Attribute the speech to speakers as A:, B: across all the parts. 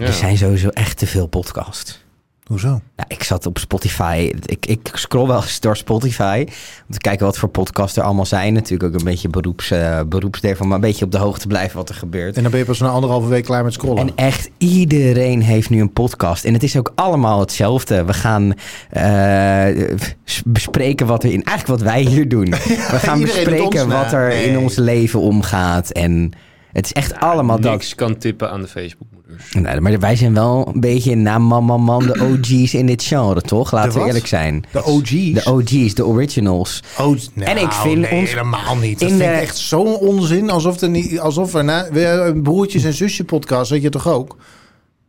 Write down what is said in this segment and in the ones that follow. A: Er zijn sowieso echt te veel podcasts.
B: Hoezo?
A: Nou, ik zat op Spotify. Ik, ik scroll wel eens door Spotify. Om te kijken wat voor podcasts er allemaal zijn. Natuurlijk ook een beetje beroeps, eh beroepsdeer van, maar een beetje op de hoogte blijven wat er gebeurt.
B: En dan ben je pas na anderhalve week klaar met scrollen.
A: En echt iedereen heeft nu een podcast. En het is ook allemaal hetzelfde. We gaan eh, s- bespreken wat er in. Eigenlijk wat wij hier doen. We gaan
B: iedereen doet
A: bespreken
B: ons na.
A: wat er
B: Nee.
A: in ons leven omgaat. En het is echt allemaal dat.
C: Niks kan tippen aan de Facebookmoeders.
A: Nee, maar wij zijn wel een beetje na man, man, man, de OG's in dit genre, toch? Laten we
B: wat?
A: eerlijk zijn.
B: de OG's.
A: De OG's, de originals.
B: Oh,
A: En ik vind
B: nee,
A: ons-
B: helemaal niet. Dat
A: in
B: vind ik
A: de-
B: echt zo'n onzin. Alsof er niet, alsof er na, we hebben een broertjes en zusje podcast, weet je toch ook?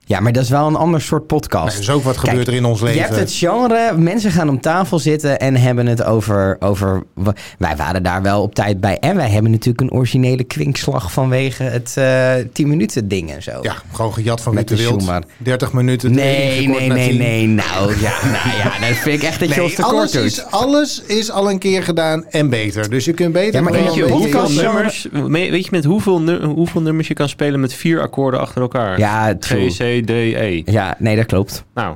A: Ja, maar dat is wel een ander soort podcast.
B: Nee, dus ook wat gebeurt er in ons leven.
A: Je hebt het genre, mensen gaan om tafel zitten en hebben het over, over... wa- Wij waren daar wel op tijd bij. En wij hebben natuurlijk een originele kwinkslag vanwege het eh 10 minuten ding en zo.
B: Ja, gewoon gejat van
A: Met
B: Ruud de
A: de
B: Wild.
A: Schumann.
B: 30 minuten.
A: Nee,
B: ingekort
A: nee,
B: na
A: nee,
B: 10.
A: nee. Nou ja, nou ja, dat vind ik echt dat je ons
B: Nee, alles,
A: tekort
B: is,
A: doet.
B: alles is al een keer gedaan en beter. Dus je kunt beter...
A: Ja, maar
B: gewoon
C: Weet je,
B: een beetje-
C: hoeveel
A: podcastgenre-
C: nummers, me- weet je met hoeveel, nu- hoeveel nummers je kan spelen met vier akkoorden achter elkaar?
A: Ja,
C: G,
A: true.
C: C, D, E.
A: Ja, nee, dat klopt.
C: Nou,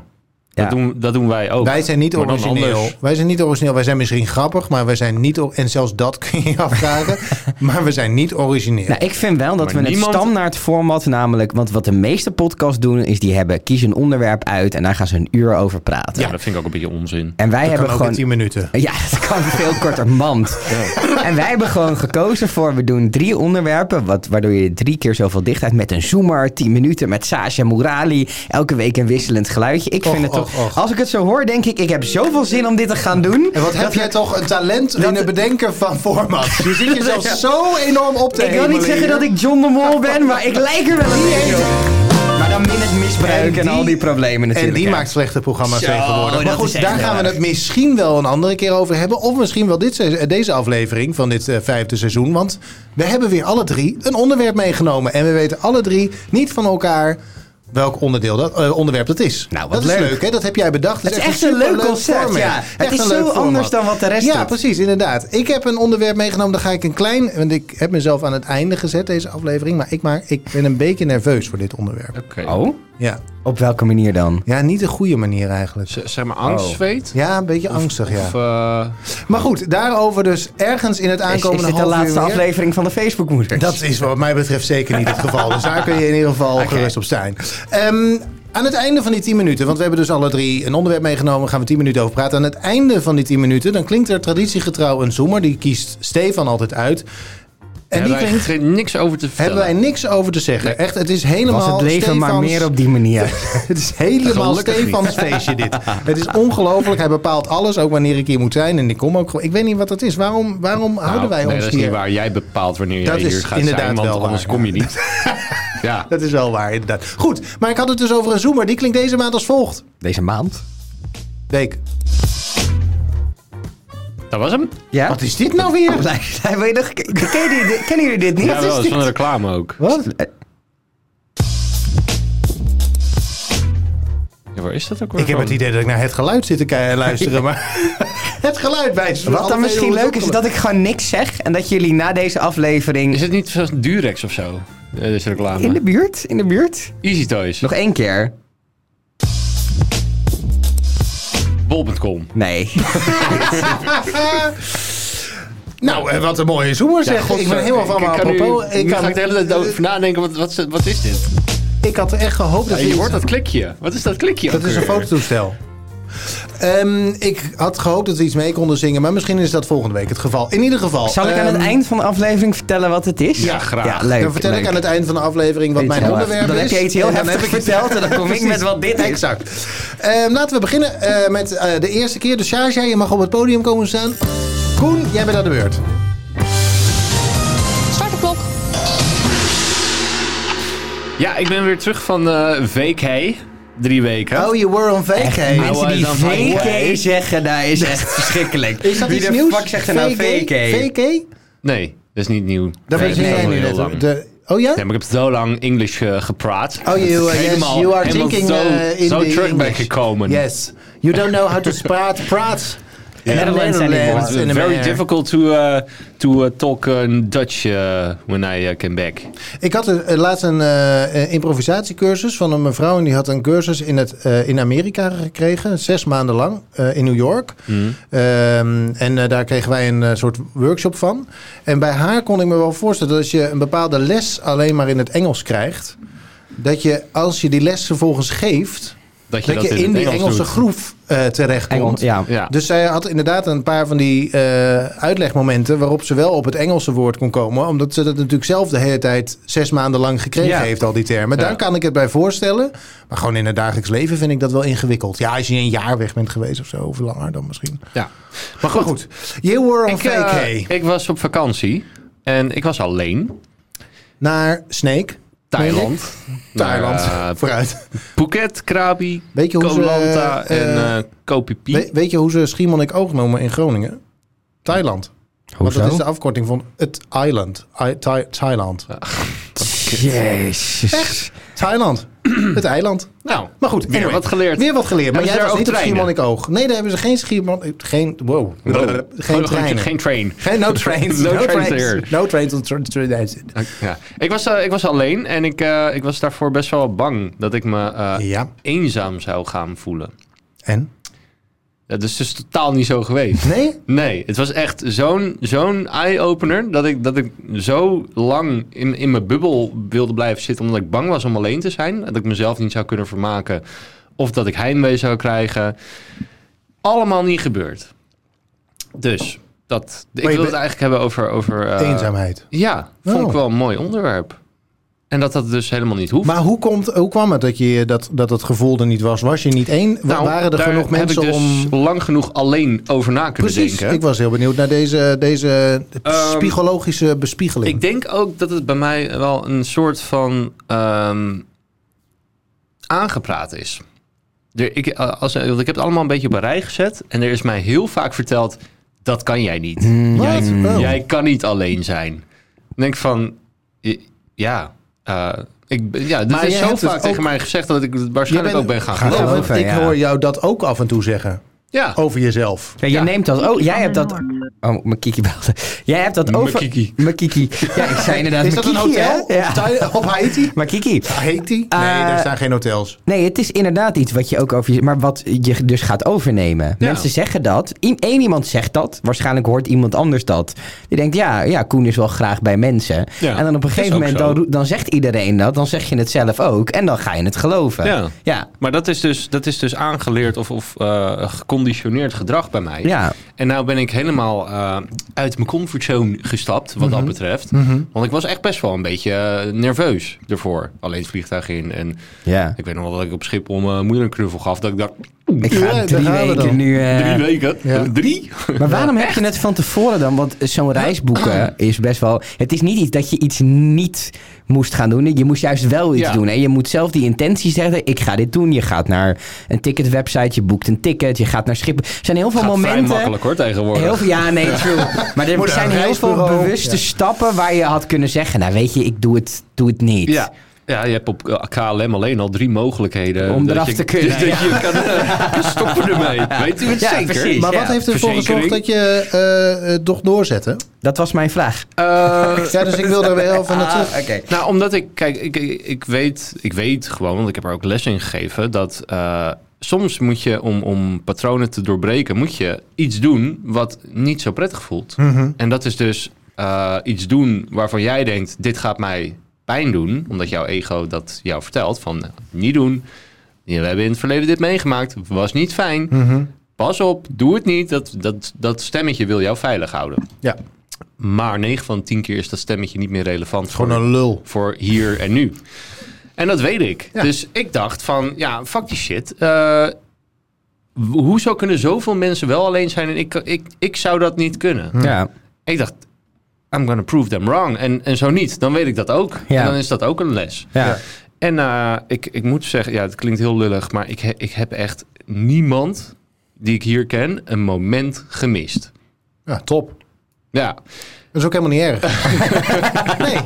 A: Ja.
C: dat, doen, dat doen wij ook.
B: Wij zijn niet
C: Maar dan
B: origineel.
C: anders.
B: Wij zijn niet origineel. Wij zijn misschien grappig, maar wij zijn niet... or- En zelfs dat kun je je afvragen. maar we zijn niet origineel.
A: Nou, ik vind wel dat
C: Maar
A: we het
C: niemand-
A: standaard format namelijk... Want wat de meeste podcasts doen is die hebben... Kies een onderwerp uit en daar gaan ze een uur over praten.
C: ja, dat vind ik ook een beetje onzin.
A: En wij
B: dat kan
A: hebben
B: ook in
A: gewoon
B: 10 minuten.
A: Ja, dat kan veel korter mand. En wij hebben gewoon gekozen voor, we doen drie onderwerpen, wat, waardoor je drie keer zoveel dichtheid met een zoomer, 10 minuten met Sasha Mourali, elke week een wisselend geluidje. Ik vind
B: Och,
A: het
B: och,
A: toch,
B: och.
A: als ik het zo hoor, denk ik, ik heb zoveel zin om dit te gaan doen.
B: En wat heb jij toch een talent in het bedenken van formats. Je ziet jezelf
A: Ja.
B: zo enorm op te
A: Ik wil niet
B: hemelen
A: zeggen
B: hier.
A: dat ik John de Mol ben, maar ik lijk er wel een beetje op. Maar dan min het misbruik en,
B: En die-
A: al die problemen
B: En
A: natuurlijk.
B: die
A: hè.
B: maakt slechte programma's
A: Zo,
B: tegenwoordig. Maar
A: dat is
B: goed,
A: echt
B: daar
A: heel
B: gaan we
A: erg.
B: het misschien wel een andere keer over hebben. Of misschien wel dit, se- deze aflevering van dit eh, vijfde seizoen. Want we hebben weer alle drie een onderwerp meegenomen. En we weten alle drie niet van elkaar welk onderdeel dat, eh, onderwerp dat is.
A: Nou, wat
B: dat is
A: leuk.
B: leuk, hè? Dat heb jij bedacht. Dat
A: Het is echt een leuk
B: superleuk
A: concept,
B: format.
A: ja.
B: Echt
A: Het is
B: een
A: zo
B: leuk format.
A: anders dan wat de rest
B: Ja,
A: doet.
B: precies, inderdaad. Ik heb een onderwerp meegenomen. Dan ga ik een klein... Want ik heb mezelf aan het einde gezet, deze aflevering. Maar ik, maak, ik ben een beetje nerveus voor dit onderwerp.
C: Oké.
A: Oh,
B: Ja,
A: op welke manier dan?
B: ja niet de goede manier eigenlijk.
C: Z- Zeg maar angst,
A: Oh.
C: zweet?
B: Ja, een beetje angstig, ja.
C: Of, eh,
B: Maar goed, daarover dus ergens in het
A: Is, is
B: aankomende
A: dit de
B: half
A: laatste
B: uur weer.
A: aflevering van de Facebookmoeder?
B: Dat is wat mij betreft zeker niet het geval. Dus daar kun je in ieder geval gerust op zijn. Ehm, aan het einde van die 10 minuten, want we hebben dus alle drie een onderwerp meegenomen, gaan we 10 minuten over praten. Aan het einde van die 10 minuten, dan klinkt er traditiegetrouw een zoemer. Die kiest Stefan altijd uit. En die
C: hebben wij
B: klinkt,
C: geen- niks over te vertellen.
B: hebben wij niks over te zeggen. Echt, het is helemaal
A: Was het leven maar
B: Stefans-
A: meer op die manier.
B: Het is helemaal
C: Gelukkig niet.
B: Stefans feestje dit. Het is ongelooflijk. Hij bepaalt alles, ook wanneer ik hier moet zijn. En ik kom ook gewoon... Ik weet niet wat dat is. Waarom, waarom
C: Nou,
B: houden wij
C: nee,
B: ons
C: dat is
B: hier?
C: niet waar. Jij bepaalt wanneer
B: Dat
C: jij
B: is
C: hier gaat
B: inderdaad
C: zijn, want
B: wel waar,
C: anders
B: ja.
C: kom je niet. ja.
B: Dat is wel waar, inderdaad. Goed, maar ik had het dus over een zoomer. Die klinkt deze maand als volgt.
A: Deze maand?
B: Week.
C: Dat was hem?
A: Ja.
B: Wat is dit nou weer?
A: Wil je nog, ken- kennen jullie dit- kennen jullie dit niet? Eh,
C: Ja, wel. Dat
A: Wat is
C: is van de
A: dit?
C: reclame ook.
B: Wat?
C: Ja, waar is dat ook weer
B: Ik heb
C: van?
B: het idee dat ik naar het geluid zit te ke- luisteren, maar... Het geluid wijst.
A: Wat dan misschien leuk is, is dat ik gewoon niks zeg en dat jullie na deze aflevering...
C: Is het niet zoals Durex of zo? Eh, Deze reclame.
A: In de buurt? In de buurt?
C: Easy Toys.
A: Nog één keer.
C: Bol.com.
A: Nee.
B: Ah. Nou, eh, wat een mooie zoomer zeg. ik
C: eh,
B: ben helemaal van me apropos. Ik,
C: ga
B: kan, eh,
C: ik de hele tijd over nadenken, wat, wat, wat is dit?
B: ik had echt gehoopt dat
C: je
B: iets-
C: hoort dat klikje. Wat is dat klikje?
B: Dat is een fototoestel. Ehm, ik had gehoopt dat we iets mee konden zingen, maar misschien is dat volgende week het geval. In ieder geval.
A: Zal ik aan het
B: ehm,
A: eind van de aflevering vertellen wat het is?
C: Ja, graag.
A: Ja, leuk.
B: Dan vertel
A: leuk.
B: ik aan het eind van de aflevering wat
A: Iets
B: mijn
A: heel
B: onderwerp
A: heftig. Dan
B: is.
A: heb je iets heel
B: En dan
A: heftig
B: heb ik-
A: verteld en dan kom ik met wat dit is.
B: Exact. Ehm, laten we beginnen eh, met eh, de eerste keer. Dus Shaja, je mag op het podium komen staan. Koen, jij bent aan de beurt.
D: Start de klok.
C: Ja, ik ben weer terug van eh VK. Drie weken.
B: Oh, you were on
A: Echt,
B: vacay.
A: mensen die
C: I was on my way.
A: VK zeggen, daar is echt verschrikkelijk.
B: Is dat
A: Wie
B: iets
A: de
B: nieuws?
A: fuck zegt er nou VK?
B: VK?
C: Nee, dat is niet nieuw.
B: Dat
C: nee,
B: weet jij
C: al
B: nu
C: heel
B: net.
C: lang.
B: ook. De- Oh ja?
C: Nee, maar ik heb zo lang Engels eh, gepraat.
B: Oh,
C: Dat
B: you,
C: ik
B: uh, yes, you are
C: helemaal
B: thinking
C: zo,
B: eh, in
C: zo
B: the
C: terug ben
B: English.
C: gekomen.
B: Yes. You don't know how to praat, praat.
A: Netherlands anymore.
B: Netherlands. eh, in
D: very
B: America.
D: difficult to
C: eh,
D: uh, to uh, talk uh, Dutch uh, when I uh, came back.
B: Ik had eh, laatst een eh, eh, improvisatiecursus van een mevrouw. En die had een cursus in, het, eh, in Amerika gekregen. Zes maanden lang eh, in New York.
C: Hmm.
B: Ehm, en eh, daar kregen wij een eh, soort workshop van. En bij haar kon ik me wel voorstellen dat als je een bepaalde les alleen maar in het Engels krijgt. Dat je als je die les vervolgens geeft.
D: Dat je,
B: Dat,
D: dat
B: je
D: het
B: in die
D: Engels
B: Engelse
D: doet.
B: groef eh terechtkomt.
A: Engels, ja.
D: Ja.
B: Dus zij had inderdaad een paar van die eh, uitlegmomenten waarop ze wel op het Engelse woord kon komen. Omdat ze dat natuurlijk zelf de hele tijd zes maanden lang gekregen
D: Ja.
B: heeft, al die termen.
D: Ja.
B: Daar kan ik het bij voorstellen. Maar gewoon in het dagelijks leven vind ik dat wel ingewikkeld. Ja, als je een jaar weg bent geweest of zo, of langer dan misschien.
D: Ja.
B: Maar goed, you were on
D: Ik, eh,
B: vacay
D: ik was op vakantie en ik was alleen.
B: naar Snake,
D: Thailand. Naar,
B: Thailand,
D: eh,
B: vooruut.
D: Phuket, Krabi,
B: Weet je hoe ze,
D: Koh
B: eh,
D: en
B: eh,
D: eh Koh Phi Phi.
B: We- weet je hoe ze Schiermonnik Oog noemen in Groningen? Thailand. Want dat is de afkorting van het island. I- Thai- Thailand.
A: Jezus.
B: Echt? Thailand. het eiland.
D: Nou,
B: Maar goed,
D: Weer
B: anyway.
D: wat geleerd.
B: Weer wat geleerd. Maar
D: Hebben ze
B: jij
D: daar ook
B: was niet op
D: treinen?
B: Schiermonnik Oog. Nee, daar hebben ze geen Schiermonnik... Geen... Wow.
D: Wow.
B: Geen treinen.
D: Geen train.
B: Geen no trains.
D: No trains here.
B: No trains on tra- tra- tra-
D: Ja. Ik, was, eh, ik was alleen en ik, eh, ik was daarvoor best wel bang dat ik me eh,
B: Ja.
D: eenzaam zou gaan voelen.
B: En?
D: Dat is dus totaal niet zo geweest.
B: Nee?
D: Nee, het was echt zo'n zo'n eye-opener dat ik, dat ik zo lang in, in mijn bubbel wilde blijven zitten omdat ik bang was om alleen te zijn. Dat ik mezelf niet zou kunnen vermaken of dat ik heimwee zou krijgen. Allemaal niet gebeurd. Dus, dat, ik
B: je
D: wil het
B: bent-
D: eigenlijk hebben over... over eh,
B: Eenzaamheid.
D: Ja, vond ik
B: Oh.
D: wel een mooi onderwerp. En dat dat dus helemaal niet hoeft.
B: Maar hoe, komt, hoe kwam het dat, je, dat, dat het gevoel er niet was? Was je niet één? Wa-
D: Nou,
B: waren er
D: daar
B: genoeg mensen
D: heb ik dus
B: om...
D: lang genoeg alleen over na kunnen
B: Precies,
D: denken.
B: ik was heel benieuwd naar deze, deze
D: Ehm,
B: psychologische bespiegeling.
D: Ik denk ook dat het bij mij wel een soort van ehm, aangepraat is. Er, ik, eh, als, eh, want ik heb het allemaal een beetje op een rij gezet. En er is mij heel vaak verteld, dat kan jij niet.
B: Wat? Oh.
D: Jij kan niet alleen zijn. Dan denk ik van, i- ja... eh, ik, ben- ja, dat
B: Maar
D: is
B: jij
D: zo
B: hebt het
D: vaak tegen
B: ook-
D: mij gezegd dat ik het
B: Jij
D: waarschijnlijk
B: bent-
D: ook ben gaan
B: Ja,
A: Gaan
D: geloven.
B: want
A: geloven,
B: ik
A: ja.
B: hoor jou dat ook af en toe zeggen.
D: Ja.
B: Over jezelf.
A: Ja, je
D: Ja.
A: neemt dat ook. Jij hebt dat. Oh, mijn Kiki belde. Jij hebt dat over.
D: Makiki.
A: Mijn Kiki. Ja, ik zei inderdaad.
B: Is dat een
A: mijn Kiki,
B: hotel?
A: hè? Ja.
B: Thai- Op Haiti?
A: Maar Kiki.
B: Haiti? Eh, Nee, daar staan geen hotels.
A: Nee, het is inderdaad iets wat je ook over je. Maar wat je dus gaat overnemen. Mensen zeggen dat. I- Eén iemand zegt dat. Waarschijnlijk hoort iemand anders dat. Die denkt, ja, ja Koen is wel graag bij mensen.
D: Ja,
A: en dan op een
D: is
A: gegeven
D: ook
A: moment
D: zo.
A: dan, roe- dan zegt iedereen dat. Dan zeg je het zelf ook. En dan ga je het geloven.
D: Ja.
A: Ja.
D: Maar dat is dus, dat is dus aangeleerd of, of eh, geconditioneerd gedrag bij mij.
A: Ja.
D: En nou ben ik helemaal eh, uit mijn comfortzone gestapt, wat
A: Mhm.
D: dat betreft. Want ik was echt best wel een beetje eh, nerveus ervoor. Alleen het vliegtuig in. En
A: ja.
D: ik weet nog wel dat ik op Schiphol mijn moeder een knuffel gaf. Dat ik dacht,
A: Ik
B: Ja,
A: ga
B: daar
A: drie
B: gaan we
A: weken
B: dan.
A: nu. eh,
D: drie weken?
B: ja.
D: Drie?
A: Maar waarom heb je het van tevoren dan? Want zo'n reisboeken is best wel. Het is niet iets dat je iets niet moest gaan doen. Je moest juist wel iets
D: Ja.
A: doen. Hè? Je moet zelf die intentie zeggen: ik ga dit doen. Je gaat naar een ticketwebsite, je boekt een ticket, je gaat naar Schiphol. Er zijn heel veel
D: Gaat vrij
A: momenten.
D: makkelijk hoor tegenwoordig.
A: Heel veel, ja, nee, true. Maar er
B: Moet naar
A: zijn
B: een
A: heel veel
B: reisbureau.
A: bewuste
B: Ja.
A: stappen waar je had kunnen zeggen: Nou, weet je, ik doe het, doe het niet.
D: Ja. Ja, je hebt op eh, KLM alleen al drie mogelijkheden.
A: Om
D: dat
A: eraf
D: je-
A: te kunnen,
D: Dat je kan eh, stoppen ermee. Weet u het
A: Ja,
D: zeker?
A: precies.
B: Maar wat
A: Ja,
B: heeft ervoor gezorgd
D: verzekering.
B: dat je eh, het toch doorzetten?
A: Dat was mijn vraag.
D: Eh,
B: Ja, dus ik wil daar wel van naartoe.
A: Ah, oké.
D: Nou, omdat ik, kijk, ik, ik, ik weet, ik weet gewoon, want ik heb er ook les in gegeven, dat eh, soms moet je om, om patronen te doorbreken, moet je iets doen wat niet zo prettig voelt.
B: Mhm.
D: En dat is dus eh, iets doen waarvan jij denkt, dit gaat mij pijn doen, omdat jouw ego dat jou vertelt van, nou, niet doen. Ja, We hebben in het verleden dit meegemaakt, was niet fijn.
B: Mhm.
D: Pas op, doe het niet. Dat, dat, dat stemmetje wil jou veilig houden.
B: Ja,
D: Maar 9 van 10 keer is dat stemmetje niet meer relevant voor,
B: gewoon een lul.
D: voor hier en nu. En dat weet ik.
B: Ja.
D: Dus ik dacht van, ja, fuck die shit. Eh, w- hoezo kunnen zoveel mensen wel alleen zijn en ik, ik, ik zou dat niet kunnen?
A: Ja.
D: Ik dacht, I'm gonna prove them wrong. En, en zo niet, dan weet ik dat ook.
A: Ja.
D: En dan is dat ook een les.
A: Ja.
B: Ja.
D: En eh, ik, ik moet zeggen, ja, het klinkt heel lullig, maar ik, he- ik heb echt niemand die ik hier ken een moment gemist.
B: Ja, top.
D: Ja.
B: Dat is ook helemaal niet erg. nee,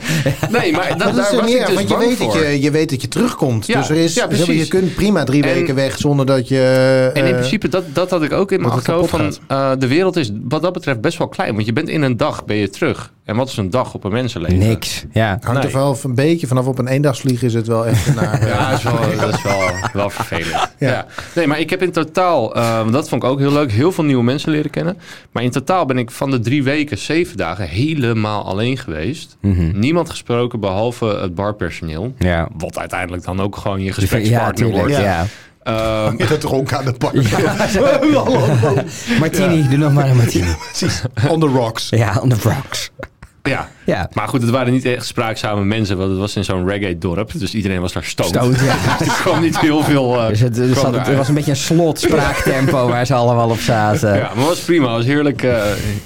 D: Nee, maar dat,
B: maar dat is
D: daar
B: ook
D: was
B: niet
D: ik
B: erg,
D: dus
B: want je
D: bang
B: weet, dat
D: voor.
B: je, je weet dat je terugkomt.
D: Ja,
B: dus er is,
D: ja,
B: dus je
D: precies.
B: kunt prima drie
D: En-
B: weken weg zonder dat je...
D: En in
B: eh,
D: principe, dat, dat had ik ook in mijn
B: dat het
D: achterhoofd. Van,
B: kapot
D: eh, de wereld is wat dat betreft best wel klein. Want je bent in een dag ben je terug. En wat is een dag op een mensenleven?
A: Niks. Ja.
B: Hangt er
D: Nee.
B: wel een beetje vanaf op een eendagsvlieg is het wel echt naar.
D: Ja, dat is wel, dat is wel, wel vervelend. Ja. Nee, maar ik heb in totaal, eh, want dat vond ik ook heel leuk, heel veel nieuwe mensen leren kennen. Maar in totaal ben ik van de drie weken, zeven dagen helemaal alleen geweest.
A: Mhm.
D: Niemand gesproken behalve het barpersoneel.
A: Ja.
D: Wat uiteindelijk dan ook gewoon je
A: Ja,
D: gesprekspartner
A: tuurlijk.
D: wordt.
A: Ja.
D: Ehm,
B: Dat dronken aan de pak.
A: Martini, doe nog maar een martini.
B: On the rocks.
A: Ja, on the rocks.
D: ja.
A: Ja.
D: Maar goed, het waren niet echt spraakzame mensen, want het was in zo'n reggae-dorp. Dus iedereen was daar stoned.
A: Stoot, ja.
D: Dus er kwam niet heel veel. eh,
A: Dus het, het
D: kwam
A: zat- het
D: eruit.
A: was een beetje een slot spraaktempo waar ze allemaal op zaten.
D: Ja, maar het was prima. Het was heerlijk. eh,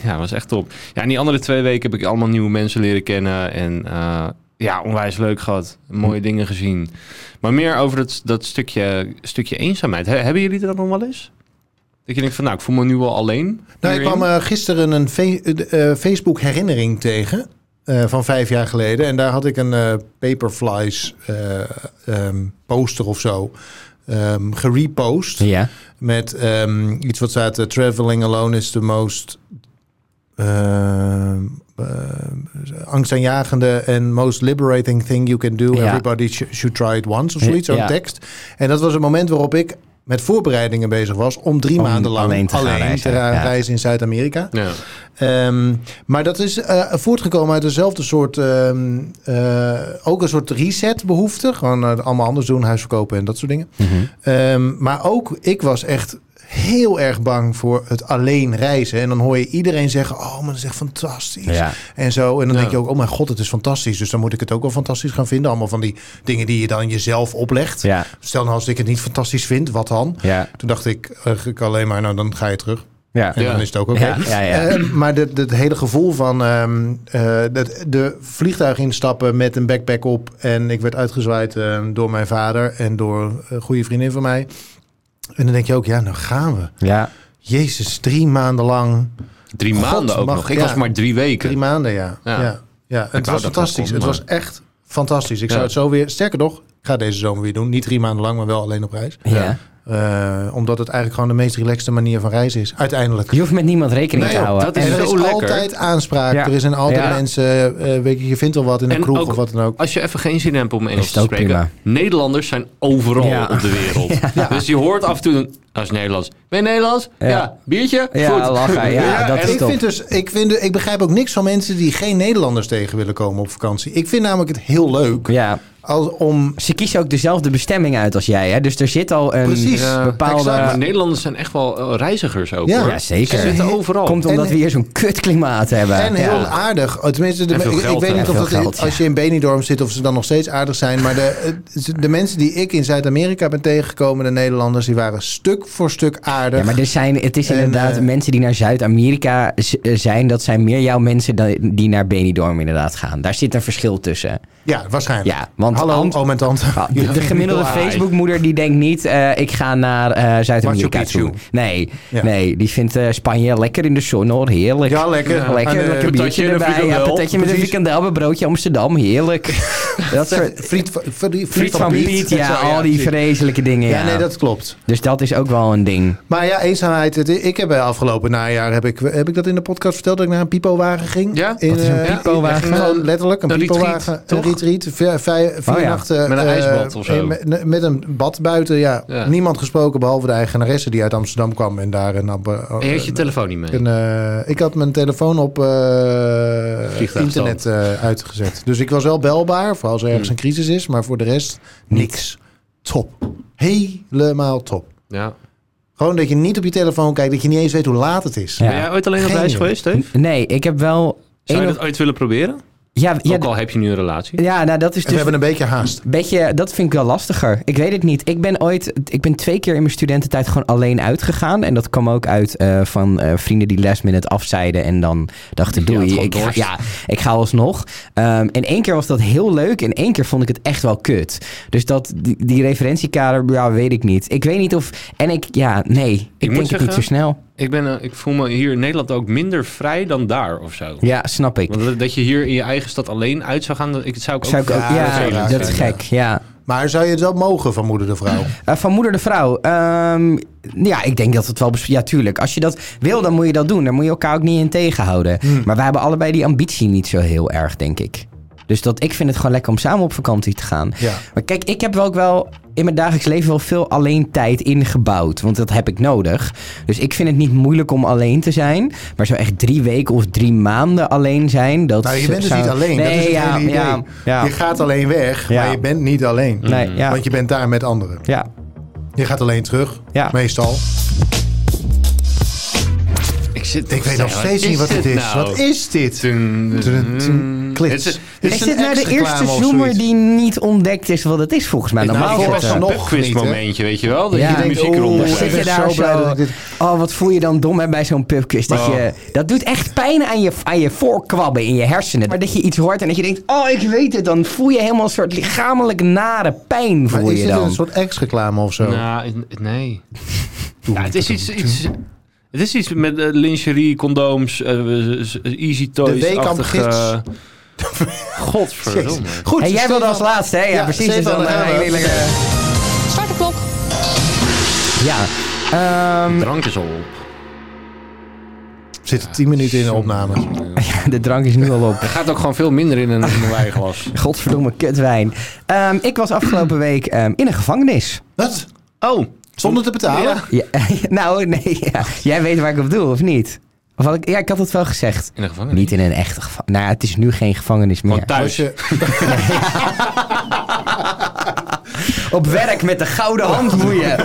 D: ja, het was echt top. Ja, en die andere twee weken heb ik allemaal nieuwe mensen leren kennen. En eh, ja, onwijs leuk gehad. Mooie dingen gezien. Maar meer over dat, dat stukje, stukje eenzaamheid. He- hebben jullie dat nog wel eens? Dat je denkt van, nou, ik voel me nu al alleen.
B: Nou, ik
D: hierin.
B: kwam eh, gisteren een fe- eh, eh, Facebook herinnering tegen eh, van vijf jaar geleden. En daar had ik een eh, Paperflies eh, ehm, poster of zo ehm gerepost.
A: Ja.
B: Met ehm, iets wat staat, eh, traveling alone is the most ehm, eh, angstaanjagende en most liberating thing you can do.
A: Ja.
B: Everybody sh- should try it once of zoiets, zo'n
A: Ja.
B: tekst. En dat was een moment waarop ik met voorbereidingen bezig was om drie
A: Om
B: maanden lang
A: alleen te gaan reizen,
B: te ra-
A: ja.
B: reizen in Zuid-Amerika.
D: Ja.
B: Ehm, maar dat is eh, voortgekomen uit dezelfde soort, ehm, eh, ook een soort resetbehoefte. Gewoon eh, allemaal anders doen, huis verkopen en dat soort dingen.
A: Mhm.
B: Ehm, maar ook ik was echt heel erg bang voor het alleen reizen. En dan hoor je iedereen zeggen, oh, maar dat is echt fantastisch.
A: Ja.
B: En zo. En dan
D: Ja.
B: denk je ook, oh mijn god, het is fantastisch. Dus dan moet ik het ook wel fantastisch gaan vinden. Allemaal van die dingen die je dan jezelf oplegt.
A: Ja.
B: Stel nou als ik het niet fantastisch vind, wat dan?
A: Ja.
B: Toen dacht ik eigenlijk alleen maar, nou dan ga je terug.
A: Ja.
B: En
D: Ja.
B: dan is het ook oké.
A: Ja, ja, ja.
B: Eh, maar het hele gevoel van ehm, eh, dat de vliegtuig instappen met een backpack op. En ik werd uitgezwaaid eh, door mijn vader en door een goede vriendin van mij. En dan denk je ook, ja, nou gaan we.
A: Ja.
B: Jezus, drie maanden lang.
D: Drie
B: God,
D: maanden ook
B: mag-
D: nog. Ik
B: ja.
D: was maar drie weken.
B: Drie maanden, ja. ja.
D: Ja.
B: ja.
D: wou
B: Het was
D: dat dat
B: fantastisch.
D: kon,
B: Het
D: maar-
B: was echt fantastisch. Ik zou
D: Ja.
B: het zo weer, sterker nog, ik ga het deze zomer weer doen. Niet drie maanden lang, maar wel alleen op reis.
A: Ja.
B: Eh, omdat het eigenlijk gewoon de meest relaxte manier van reizen is. Uiteindelijk.
A: Je hoeft met niemand rekening
D: Nee,
A: te houden.
D: dat
B: En
D: is
A: En-
B: er is
D: zo lekker.
B: altijd aanspraak.
A: Ja.
B: Er zijn altijd
A: Ja.
B: mensen, eh, weet je, je vindt wel wat in een
D: En
B: kroeg
D: ook-
B: of wat dan ook.
D: Als je even geen zin hebt om
A: Is
D: Engels
A: het
D: te
A: ook
D: spreken.
A: prima.
D: Nederlanders zijn overal
A: Ja.
D: op de wereld. Dus je hoort af en toe, een- als Nederlands, ben je Nederlands?
A: Ja.
D: Ja. Biertje?
A: Ja,
D: Goed.
A: lachen. Ja, dat
D: en
A: is
B: Ik,
A: top.
B: vind dus, ik, vind, ik begrijp ook niks van mensen die geen Nederlanders tegen willen komen op vakantie. Ik vind namelijk het heel leuk
A: ja.
B: als, om...
A: Ze kiezen ook dezelfde bestemming uit als jij. Hè? Dus er zit al een
B: Precies.
A: eh,
B: Ja,
A: bepaalde...
B: exact.
D: Maar Nederlanders zijn echt wel eh, reizigers ook.
B: Ja.
D: hoor.
A: Ja, zeker.
D: Ze zitten overal.
A: Komt omdat
B: En-
A: we hier zo'n kutklimaat hebben.
B: En heel
A: ja.
B: aardig. Oh, Tenminste, de,
D: En veel
B: ik, ik
D: geld,
B: weet
D: hè?
B: niet of
A: Veel
B: dat
A: geld, ja.
B: als je in Benidorm zit of ze dan nog steeds aardig zijn. Maar de, eh, de mensen die ik in Zuid-Amerika ben tegengekomen, de Nederlanders, die waren stuk voor stuk aardig.
A: Ja, maar er zijn, het is
B: En,
A: inderdaad
B: eh,
A: mensen die naar Zuid-Amerika z- eh, zijn. Dat zijn meer jouw mensen dan, die naar Benidorm inderdaad gaan. Daar zit een verschil tussen.
B: Ja, waarschijnlijk.
A: Ja, want
B: Hallo, Oh.
A: Ant-
B: oom en tante.
A: Ah, de, de gemiddelde
D: Ja.
A: Facebookmoeder die denkt niet, eh, ik ga naar eh, Zuid-Amerika
D: Machu
A: toe.
D: Picchu.
A: Nee,
B: Ja.
A: nee, die vindt eh, Spanje lekker in de zon hoor, heerlijk.
B: Ja, eh, lekker.
A: Ja, lekker,
B: Aan de-
A: lekker biertje
D: patatje en een
A: erbij, ja,
D: frikandel.
A: patatje met een
B: Precies.
A: frikandel, een broodje Amsterdam, heerlijk. dat soort,
B: Vriend, van- vriend,
A: friet van Piet, ja,
B: Zo,
A: al die
B: precies.
A: vreselijke dingen. Ja,
B: Ja, nee, dat klopt.
A: Dus dat is ook wel een ding.
B: Maar ja, eenzaamheid. het- ik heb eh, afgelopen najaar, heb ik, heb ik dat in de podcast verteld, dat ik naar een pipowagen ging?
D: Ja?
B: In,
A: Wat is een
B: eh,
A: pipowagen?
B: in- Gewoon letterlijk, een,
D: Een retreat,
B: pipowagen.
D: toch?
B: Een retreat, vier, vijf, vier
A: Oh ja,
B: nachten.
D: met een
B: eh,
D: ijsbad of zo.
B: in- met, met een bad buiten, ja.
D: Ja.
B: Niemand gesproken, behalve de eigenaresse die uit Amsterdam kwam en daar een... ab-
D: En je had je
B: een-
D: telefoon niet mee.
B: een, eh, ik had mijn telefoon op eh,
D: Vliegtuigstand.
B: internet eh, uitgezet. Dus ik was wel belbaar, voor als er
A: Hmm.
B: ergens een crisis is. Maar voor de rest, niks. Top. Helemaal top.
D: Ja.
B: Gewoon dat je niet op je telefoon kijkt, dat je niet eens weet hoe laat het is.
A: Ja.
D: Ben jij ooit alleen op
B: Geen
D: reis
B: idee.
D: geweest, Steve?
A: Nee, ik heb wel...
D: Zou je
A: één
D: dat
A: of-
D: ooit willen proberen?
A: ja, ja,
D: Ook al heb je nu een relatie.
A: ja, nou dat is
B: En we
A: dus
B: hebben een beetje haast.
A: Beetje, dat vind ik wel lastiger. Ik weet het niet. Ik ben ooit, ik ben twee keer in mijn studententijd gewoon alleen uitgegaan. En dat kwam ook uit eh, van eh, vrienden die last minute afzeiden. En dan dachten,
D: Je had
A: doei,
D: gewoon
A: ik, ga,
D: dorst.
A: ja, ik ga alsnog. Ehm en één keer was dat heel leuk. En één keer vond ik het echt wel kut. Dus dat, die, die referentiekader, ja, weet ik niet. Ik weet niet of, en ik, ja, nee. Ik,
D: moet
A: denk het niet
D: zeggen,
A: zo snel.
D: ik, ben, eh, ik voel me hier in Nederland ook minder vrij dan daar of zo.
A: Ja, snap ik.
D: Want dat- dat je hier in je eigen stad alleen uit zou gaan, dat, ik, dat zou ik ook...
A: Zou ik ook,
B: Ja, dat
A: ja,
B: zou je raar
A: dat is
B: vinden.
A: gek, ja.
B: Maar zou je het wel mogen van moeder de vrouw?
A: Eh, van moeder de vrouw. ehm, ja, ik denk dat het wel... bes- Ja, tuurlijk. Als je dat wil, dan moet je dat doen. Daar moet je elkaar ook niet in tegenhouden.
B: Hmm.
A: Maar wij hebben allebei die ambitie niet zo heel erg, denk ik. Dus dat, ik vind het gewoon lekker om samen op vakantie te gaan.
B: Ja.
A: Maar kijk, ik heb wel ook wel in mijn dagelijks leven wel veel alleen tijd ingebouwd. Want dat heb ik nodig. Dus ik vind het niet moeilijk om alleen te zijn. Maar zo echt drie weken of drie maanden alleen zijn. Dat
B: Nou, je bent dus
A: zou-
B: niet alleen.
A: Nee,
B: dat is het
A: ja,
B: hele idee.
A: ja, ja.
B: Je gaat alleen weg,
A: Ja.
B: maar je bent niet alleen.
A: Nee, ja.
B: Want je bent daar met anderen.
A: ja.
B: Je gaat alleen terug,
A: Ja.
B: meestal.
D: Ik, zit
B: Ik weet nog steeds niet wat het is.
D: nou?
B: Wat is dit? Dun, dun, klits.
D: Het is-
B: Dit
A: Is
B: een
A: dit nou de
B: ex-reclame
A: eerste
B: of
A: zoomer
B: zoiets?
A: die niet ontdekt is wat het is volgens mij?
B: Nou,
A: Normaal
B: ik heb
A: zit
B: best
A: er-
B: nog
D: Nog quiz
B: niet, hè?
D: eh, momentje, weet je wel? Dat
A: Ja.
D: je de
A: Ik oh,
D: muziek
B: denk, oeh,
D: eronder
B: ik
A: zit
D: zet.
A: je
B: ben
A: daar
B: zo blij
A: zo...
B: dat ik dit-
A: Oh, wat voel je dan dom hè, bij zo'n pubquiz. Dat,
D: Oh.
A: je, dat doet echt pijn aan je, aan je voorkwabben in je hersenen. Maar dat je iets hoort en dat je denkt, oh, ik weet het. Dan voel je helemaal een soort lichamelijk nare pijn
B: Maar
A: voel
B: is
A: je
B: dit
A: dan.
B: een soort ex-reclame of zo?
D: Nou, in- nee. Ja, het is iets... iets het is iets met eh, lingerie, condooms, eh, z- z- easy toys.
B: Weekamp gids.
D: Godverdomme.
B: Goed,
A: En jij wilde
B: Stefan-
A: als laatste, hè? Ja,
B: Ja,
A: precies. Dus
B: Stefan,
A: dan,
B: daar gaan
A: eh,
B: we.
A: heel eerlijk, eh,
E: Start de klok.
A: ja. Ehm,
D: Drank is al op.
B: Zit er 10 minuten in de opname.
A: de drank is nu al op.
D: Er gaat ook gewoon veel minder in een, in een wijnglas.
A: Godverdomme kutwijn. Ehm, ik was afgelopen week ehm, in een gevangenis.
B: Wat?
D: Oh,
B: Zonder te betalen?
A: Ja, nou, nee. ja. Jij weet waar ik op doel, of niet? Of had ik, ja, ik had het wel gezegd.
D: in een gevangenis.
A: Niet in een echte gevangenis. Nou, ja, het is nu geen gevangenis meer.
D: Gewoon thuis.
B: Als je,
A: Op werk met de gouden handboeien.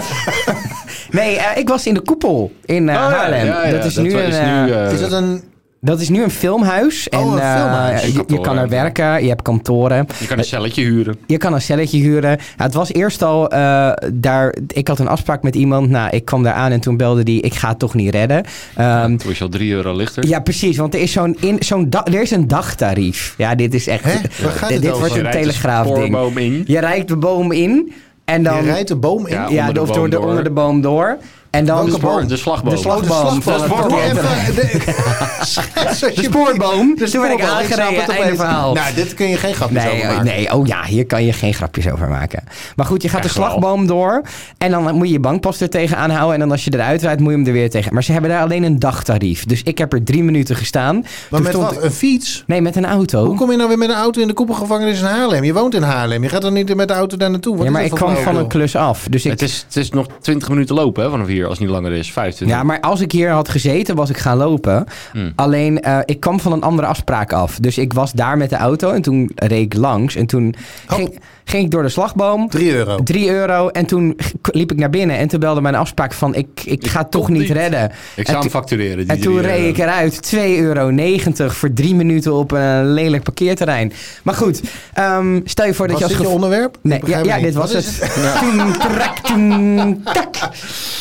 A: nee, eh, ik was in de koepel in eh,
D: Oh, ja,
A: Haarlem.
D: ja, ja,
A: dat, is nu een, eh,
D: eh,
B: is dat een...
A: dat is nu een filmhuis. en,
B: een
A: eh,
B: filmhuis.
A: je- je, kan
D: Kantoren.
A: er werken, je hebt kantoren.
D: je kan een celletje huren.
A: Je kan een celletje huren. Nou, het was eerst al eh, daar. Ik had een afspraak met iemand. Nou, ik kwam daar aan en toen belde die: Ik ga het toch niet redden. Ehm,
D: Toen is je al 3 euro lichter.
A: ja, precies. Want er is, zo'n in, zo'n da- er is een dagtarief. Ja, dit is echt.
B: Hè? Waar gaat
A: dit
B: het over? dus
A: wordt
D: Je
A: een
D: rijdt
A: telegraafding.
D: spoorboom in.
A: Je rijdt de boom in. En dan.
B: Je rijdt de boom in?
D: Ja.
A: Nou, ja,
D: onder de
A: of
D: boom
A: door de,
D: door.
A: onder de boom door. En dan.
B: Welke boom?
D: De slagboom.
A: De
B: Oh, de
A: slagboom. van het
B: slagboom. Doe
A: parket.
B: even- de- Schets alsjeblieft.
A: De spoorboom.
B: De
A: Toen werd ik
B: spoorboom. snap
A: aangereden.
B: het
A: Einde
B: opeens.
A: verhaal.
B: Nou, dit kun je geen grapjes
A: Nee,
B: over maken.
A: nee, oh ja, hier kan je geen grapjes over maken. Maar goed, je gaat
D: Echt
A: de
D: wel.
A: slagboom door. En dan moet je je bankpas er tegenaan houden. En dan als je eruit rijdt, moet je hem er weer tegen. Maar ze hebben daar alleen een dagtarief. Dus ik heb er drie minuten gestaan.
B: Maar
A: Toen
B: met
A: stond-
B: wat? Een fiets?
A: Nee, met een auto.
B: Hoe kom je nou weer met een auto in de koepelgevangenis in Haarlem? Je woont in Haarlem. Je gaat dan niet met de auto daar naartoe? Wat
A: ja,
B: is
A: maar ik
B: dat
A: kwam
B: voor
A: van een
B: flauwekul?
A: klus af. Dus ik...
D: Het is, het is nog 20 minuten lopen hè, vanaf hier, als het niet langer is. 25.
A: Ja, maar als ik hier had gezeten, was ik gaan lopen.
D: Hmm.
A: Alleen, eh, ik kwam van een andere afspraak af. Dus ik was daar met de auto en toen reed ik langs. En toen
B: Hop.
A: ging, ging ik door de slagboom.
B: 3 euro.
A: 3 euro en toen g- liep ik naar binnen en toen belde mijn afspraak van ik, ik ga het toch
D: kom
A: niet
D: niet.
A: redden.
D: ik zou
A: en
D: hem
A: to-
D: factureren. die eh,
A: en toen
D: drie
A: reed
D: euro.
A: ik eruit 2,90 euro voor drie minuten op een lelijk parkeerterrein. Maar goed, ehm, stel je voor dat
B: Was
A: je als
B: dit je
A: gevo-
B: onderwerp?
A: Nee,
B: Ik
A: ja,
B: begrijp
A: ja,
B: niet.
A: dit was
B: Wat
A: het.
B: is
A: Toen, trak, toen, tak.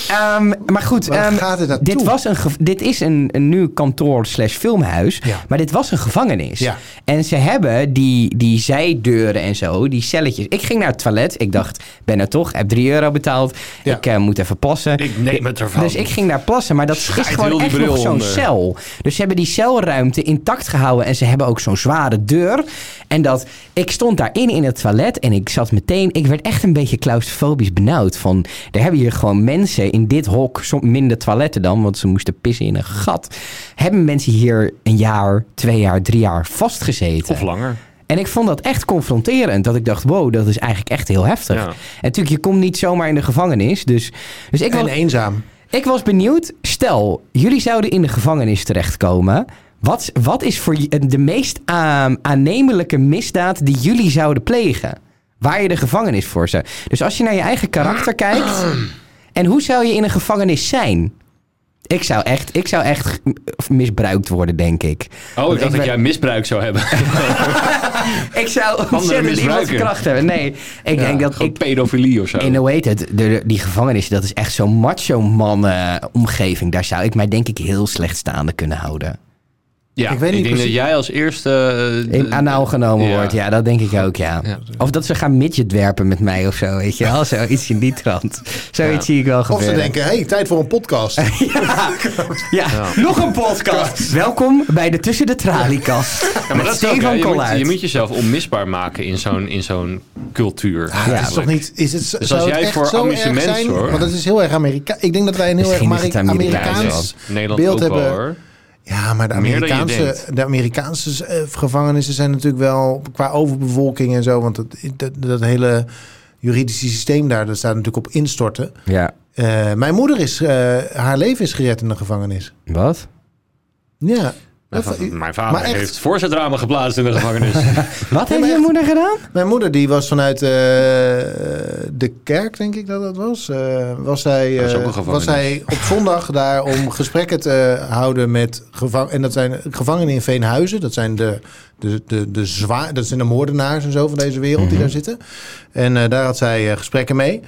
A: Ehm, maar goed,
B: Waar
A: ehm,
B: gaat het naartoe?
A: dit, was een ge- dit is een, een nu kantoor slash filmhuis,
B: Ja.
A: maar dit was een gevangenis.
B: Ja.
A: En ze hebben die, die zijdeuren en zo, die celletjes. Ik ging naar het toilet, ik dacht, ben er toch, heb 3 euro betaald,
B: Ja.
A: ik eh, moet even plassen.
D: Ik neem het ervan.
A: Dus ik ging daar plassen, maar dat
D: Schijt
A: is
D: heel
A: gewoon
D: die
A: echt
D: bril
A: nog zo'n
D: onder.
A: cel. Dus ze hebben die celruimte intact gehouden en ze hebben ook zo'n zware deur. En dat, ik stond daarin in het toilet en ik zat meteen, ik werd echt een beetje claustrofobisch benauwd. Van, er hebben hier gewoon mensen in dit hok, som- minder toiletten dan, want ze moesten pissen in een gat. Hebben mensen hier een jaar, twee jaar, drie jaar vastgezeten?
D: Of langer.
A: En ik vond dat echt confronterend. Dat ik dacht, wow, dat is eigenlijk echt heel heftig.
D: Ja.
A: En natuurlijk, je komt niet zomaar in de gevangenis. Dus, dus ik
B: En
A: was-
B: eenzaam.
A: ik was benieuwd, stel, jullie zouden in de gevangenis terechtkomen. Wat, wat is voor j- de meest ehm, aannemelijke misdaad die jullie zouden plegen? Waar je de gevangenis voor zou. Dus als je naar je eigen karakter kijkt. En hoe zou je in een gevangenis zijn? Ik zou echt, ik zou echt m- misbruikt worden, denk ik.
D: Oh, ik dacht
A: ben-
D: dat jij misbruik zou hebben.
A: Ik zou ontzettend iemand
D: misbruiken.
A: kracht hebben. Nee, ik denk dat
D: Gewoon
A: ik,
D: pedofilie of zo.
A: En hoe heet het? De- De, die gevangenis, dat is echt zo'n macho man eh, omgeving. Daar zou ik mij denk ik heel slecht staande kunnen houden.
D: Ja,
B: Ik
D: ik,
B: weet niet
D: denk
B: precies-
D: dat jij als eerste... eh,
A: In anaal genomen
D: Ja.
A: wordt, ja, dat denk ik ook, ja.
D: Ja.
A: Of dat ze gaan midgetwerpen met mij of zo, weet je wel. Zoiets in die trant. Zoiets
D: Ja.
A: zie ik wel
B: Of
A: gebeuren.
B: ze denken, hey, tijd voor een podcast.
A: Ja, ja.
D: Ja.
A: nog een podcast. Welkom bij de Tussen de Traliekast.
D: Ja, maar
A: met
D: dat is ook, hè.
A: Stefan
D: je, moet,
A: Kollaert.
D: je moet jezelf onmisbaar maken in zo'n, in zo'n cultuur.
B: Ah, dat is toch niet. Is het, zo-
D: Dus
B: zou
D: als
B: het
D: jij
B: echt
D: voor
B: zo erg
D: amusement
B: zijn?
D: zorgt-
B: Want dat is heel erg Amerika. Ik denk dat wij een heel
A: Misschien
B: erg
A: is het
B: Ameri-
A: Amerikaans
B: Amerikaans
D: Nederland
B: beeld
D: ook wel,
B: hebben.
D: hoor.
B: Ja, maar de
D: Meer dan je
B: Amerikaanse,
D: denkt.
B: de Amerikaanse eh, gevangenissen zijn natuurlijk wel qua overbevolking en zo. Want dat, dat, dat hele juridische systeem daar, dat staat natuurlijk op instorten.
A: Ja,
B: Eh, mijn moeder is, eh, haar leven is gered in de gevangenis.
A: wat?
B: Ja.
D: Mijn,
B: Dat-
D: va- mijn vader
B: maar echt-
D: heeft voorzetramen geplaatst in de gevangenis.
A: Wat
B: maar
A: heeft je
B: echt-
A: moeder gedaan?
B: Mijn moeder die was vanuit eh, de kerk, denk ik dat dat was. eh, was, zij,
D: Dat is ook een
B: eh,
D: gevangenis.
B: was zij op zondag daar om gesprekken te houden met gevangenen. En dat zijn gevangenen in Veenhuizen. Dat zijn de, de, de, de, zwa dat zijn de moordenaars en zo van deze wereld
D: Mhm.
B: die daar zitten. En eh, daar had zij eh, gesprekken mee.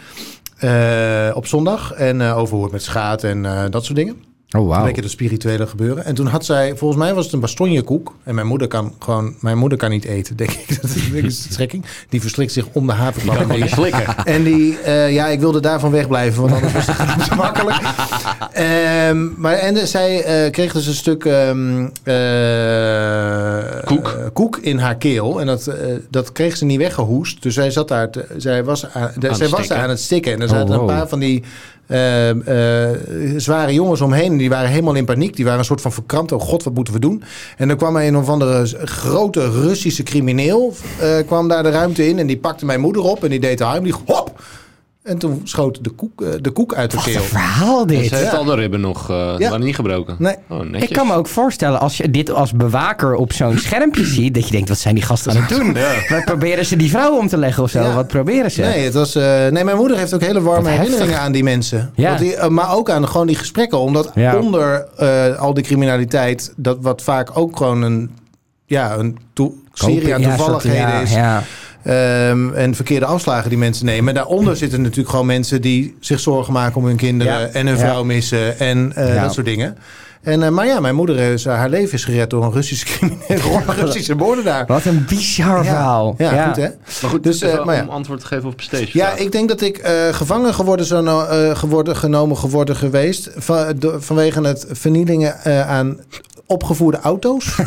B: eh, op zondag. En eh over hoe het met schaat en eh, dat soort dingen.
A: Oh,
B: Een
A: wauw.
B: beetje dat spirituele gebeuren. En toen had zij, volgens mij was het een bastonjekoek. En mijn moeder kan gewoon, mijn moeder kan niet eten, denk ik. Dat is- dat is de strekking. Die verslikt zich om de haverklap.
D: Kan niet slikken.
B: En die, eh, ja, ik wilde daarvan wegblijven, want anders was het niet zo makkelijk. Ehm, maar en eh, zij eh, kreeg dus een stuk ehm, eh,
D: Koek.
B: eh, koek in haar keel. En dat, eh, dat kreeg ze niet weggehoest. Dus zij zat daar, te- zij was aan, de- zij was
D: stikken.
B: daar aan het stikken. En er
A: Oh,
B: zaten
A: wow.
B: een paar van die eh, eh, zware jongens omheen. en Die waren helemaal in paniek. Die waren een soort van verkrampt. Oh god, wat moeten we doen? En er kwam een of andere z- grote Russische crimineel. eh, kwam daar de ruimte in. En die pakte mijn moeder op. En die deed de arm. Die hop! En toen schoot de koek, eh, de koek uit de
A: Wat een
B: keel.
A: verhaal
D: Ze
A: dit.
D: Dus heeft
B: Ja.
D: al de ribben nog eh, waren niet gebroken.
B: Nee.
D: Oh, netjes.
A: Ik kan me
B: dus-
A: ook voorstellen, als je dit als bewaker op zo'n schermpje ziet, dat je denkt, wat zijn die gasten aan het doen? Wat proberen ze die vrouw om te leggen of zo?
B: Ja.
A: Wat proberen ze?
B: Nee, het was, eh, nee, mijn moeder heeft ook hele warme
A: Wat heftig.
B: herinneringen aan die mensen.
A: Ja.
B: Want die, eh, maar ook aan gewoon die gesprekken. Omdat
A: Ja.
B: onder eh, al die criminaliteit, dat wat vaak ook gewoon een, ja, een toe- serie aan
A: Kopen, ja,
B: toevalligheden
A: soorten, ja,
B: is.
A: Ja.
B: Ehm, en verkeerde afslagen die mensen nemen. En daaronder zitten natuurlijk gewoon mensen die zich zorgen maken om hun kinderen
A: Ja.
B: en hun
A: Ja.
B: vrouw missen en eh,
A: Ja.
B: dat soort dingen. En, eh, maar ja, mijn moeder is, haar leven is gered door een Russische crimineel, door een Russische moordenaar.
A: Wat een bizar verhaal.
B: Ja, goed hè?
D: Maar goed,
B: Dus,
D: dus,
B: eh, maar ja.
D: om antwoord te geven op een stage.
B: Ja, ik denk dat ik eh, gevangen geworden zou no- eh, geworden, genomen geworden geweest va- do- vanwege het vernielingen eh, aan opgevoerde auto's.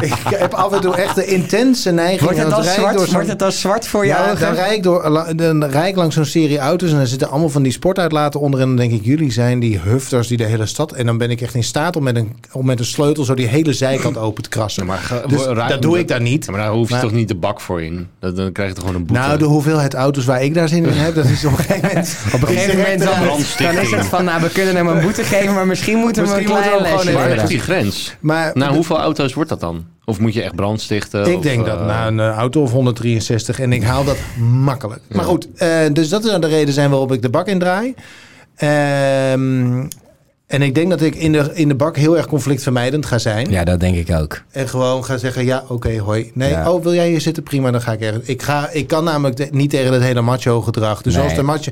B: ik heb af en toe echt de intense neiging.
A: Wordt
B: en
A: het,
B: dat
A: als
B: rijd
A: zwart,
B: door zo'n- Nou,
A: wordt het als zwart voor je
B: ja,
A: ogen?
B: dan rijd, ik door, la- dan rijd ik langs zo'n serie auto's en er zitten allemaal van die sportuitlaten onder. En dan denk ik, jullie zijn die hufters die de hele stad. En dan ben ik echt in staat om met een, om met een sleutel zo die hele zijkant open te krassen.
D: maar ge-
B: Dus
D: raak-
B: dat doe ik daar niet.
D: Ja, maar daar hoef je
B: Maar-
D: toch niet de bak voor in. Dat, dan krijg je toch gewoon een boete.
B: Nou, de hoeveelheid auto's waar ik daar zin in heb, dat is op een gegeven moment.
A: eh. Op een gegeven moment dan, dan
D: brandstichting.
A: is het van, nou, we kunnen hem een boete geven, maar misschien moeten we
B: Misschien
A: een klein
B: moeten we hem
A: lesje
D: Waar
B: gewoon even-
A: leren.
D: ligt die grens?
B: Maar
D: Nou,
B: de-
D: hoeveel auto's wordt dat dan? Of moet je echt brand stichten?
B: ik
D: Of,
B: denk dat
D: eh,
B: nou, een eh, auto of 163 en ik haal dat makkelijk. Maar goed, eh, dus dat zou de reden zijn waarop ik de bak in draai. Ehm, en ik denk dat ik in de, in de bak heel erg conflictvermijdend ga zijn.
A: Ja, dat denk ik ook.
B: En gewoon ga zeggen, ja, oké, hoi. Nee,
A: Ja.
B: oh, wil jij hier zitten? Prima, dan ga ik ergens. Ik, ga, ik kan namelijk de- niet tegen dat hele macho gedrag. Dus
A: Nee.
B: als de macho...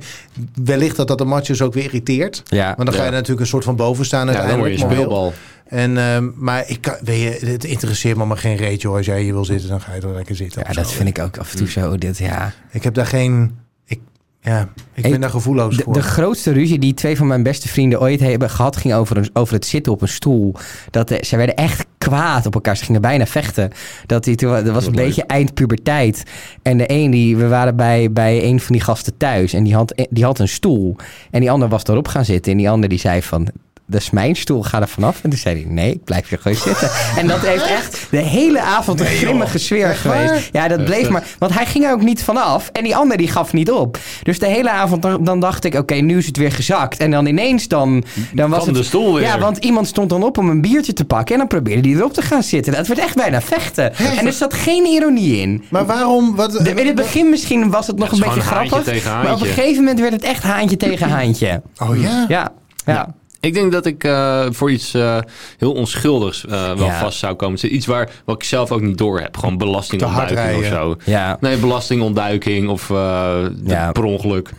B: Wellicht dat dat de macho's ook weer irriteert.
A: Ja.
B: Want dan ga je
D: Ja.
B: natuurlijk een soort van boven staan
D: Ja, dan word je
B: uiteindelijk.
D: een
B: moreel.
D: speelbal.
B: En, ehm, maar ik kan, weet je, het interesseert me maar geen reet, joh. Als jij hier wil zitten, dan ga je er lekker zitten.
A: Ja, dat vind ik ook af en toe
B: Mm.
A: zo. Dit, ja.
B: Ik heb daar geen... Ik, ja, ik ben
A: Ik-
B: daar gevoelloos
A: De,
B: voor.
A: de grootste ruzie die twee van mijn beste vrienden ooit hebben gehad... ging over, een, over het zitten op een stoel. Dat, eh, ze werden echt kwaad op elkaar. Ze gingen bijna vechten. Dat, die, toen, wa- dat was een
D: leuk.
A: beetje eind puberteit. En de een, die, we waren bij, bij een van die gasten thuis. En die had, eh, die had een stoel. En die ander was daarop gaan zitten. En die ander die zei van... Dat is mijn stoel, ga er vanaf. En toen zei hij, nee, ik blijf hier gewoon zitten. En dat heeft echt de hele avond een grimmige sfeer geweest. Ja, dat bleef maar. Want hij ging er ook niet vanaf. En die ander die gaf niet op. Dus de hele avond dan, dan dacht ik, oké, nu is het weer gezakt. En dan ineens dan, dan was
D: Van
A: het...
D: de stoel weer.
A: Ja, want iemand stond dan op om een biertje te pakken. En dan probeerde hij erop te gaan zitten. Dat werd echt bijna vechten. En er zat geen ironie in.
B: maar waarom... Wat,
A: De- in het begin misschien was het nog
D: het
A: een
D: is
A: beetje
D: gewoon haantje
A: grappig.
D: tegen
A: Maar op een
D: haantje.
A: gegeven moment werd het echt haantje tegen haantje.
B: Oh ja?
A: Ja, ja.
D: Ik denk dat ik eh, voor iets eh, heel onschuldigs eh, wel
A: Ja.
D: vast zou komen. te zitten. Iets waar wat ik zelf ook niet door heb. Gewoon belastingontduiking
B: Te hard
D: of
B: rijden.
D: zo.
A: Ja.
D: Nee, belastingontduiking of eh,
A: Ja.
D: per ongeluk.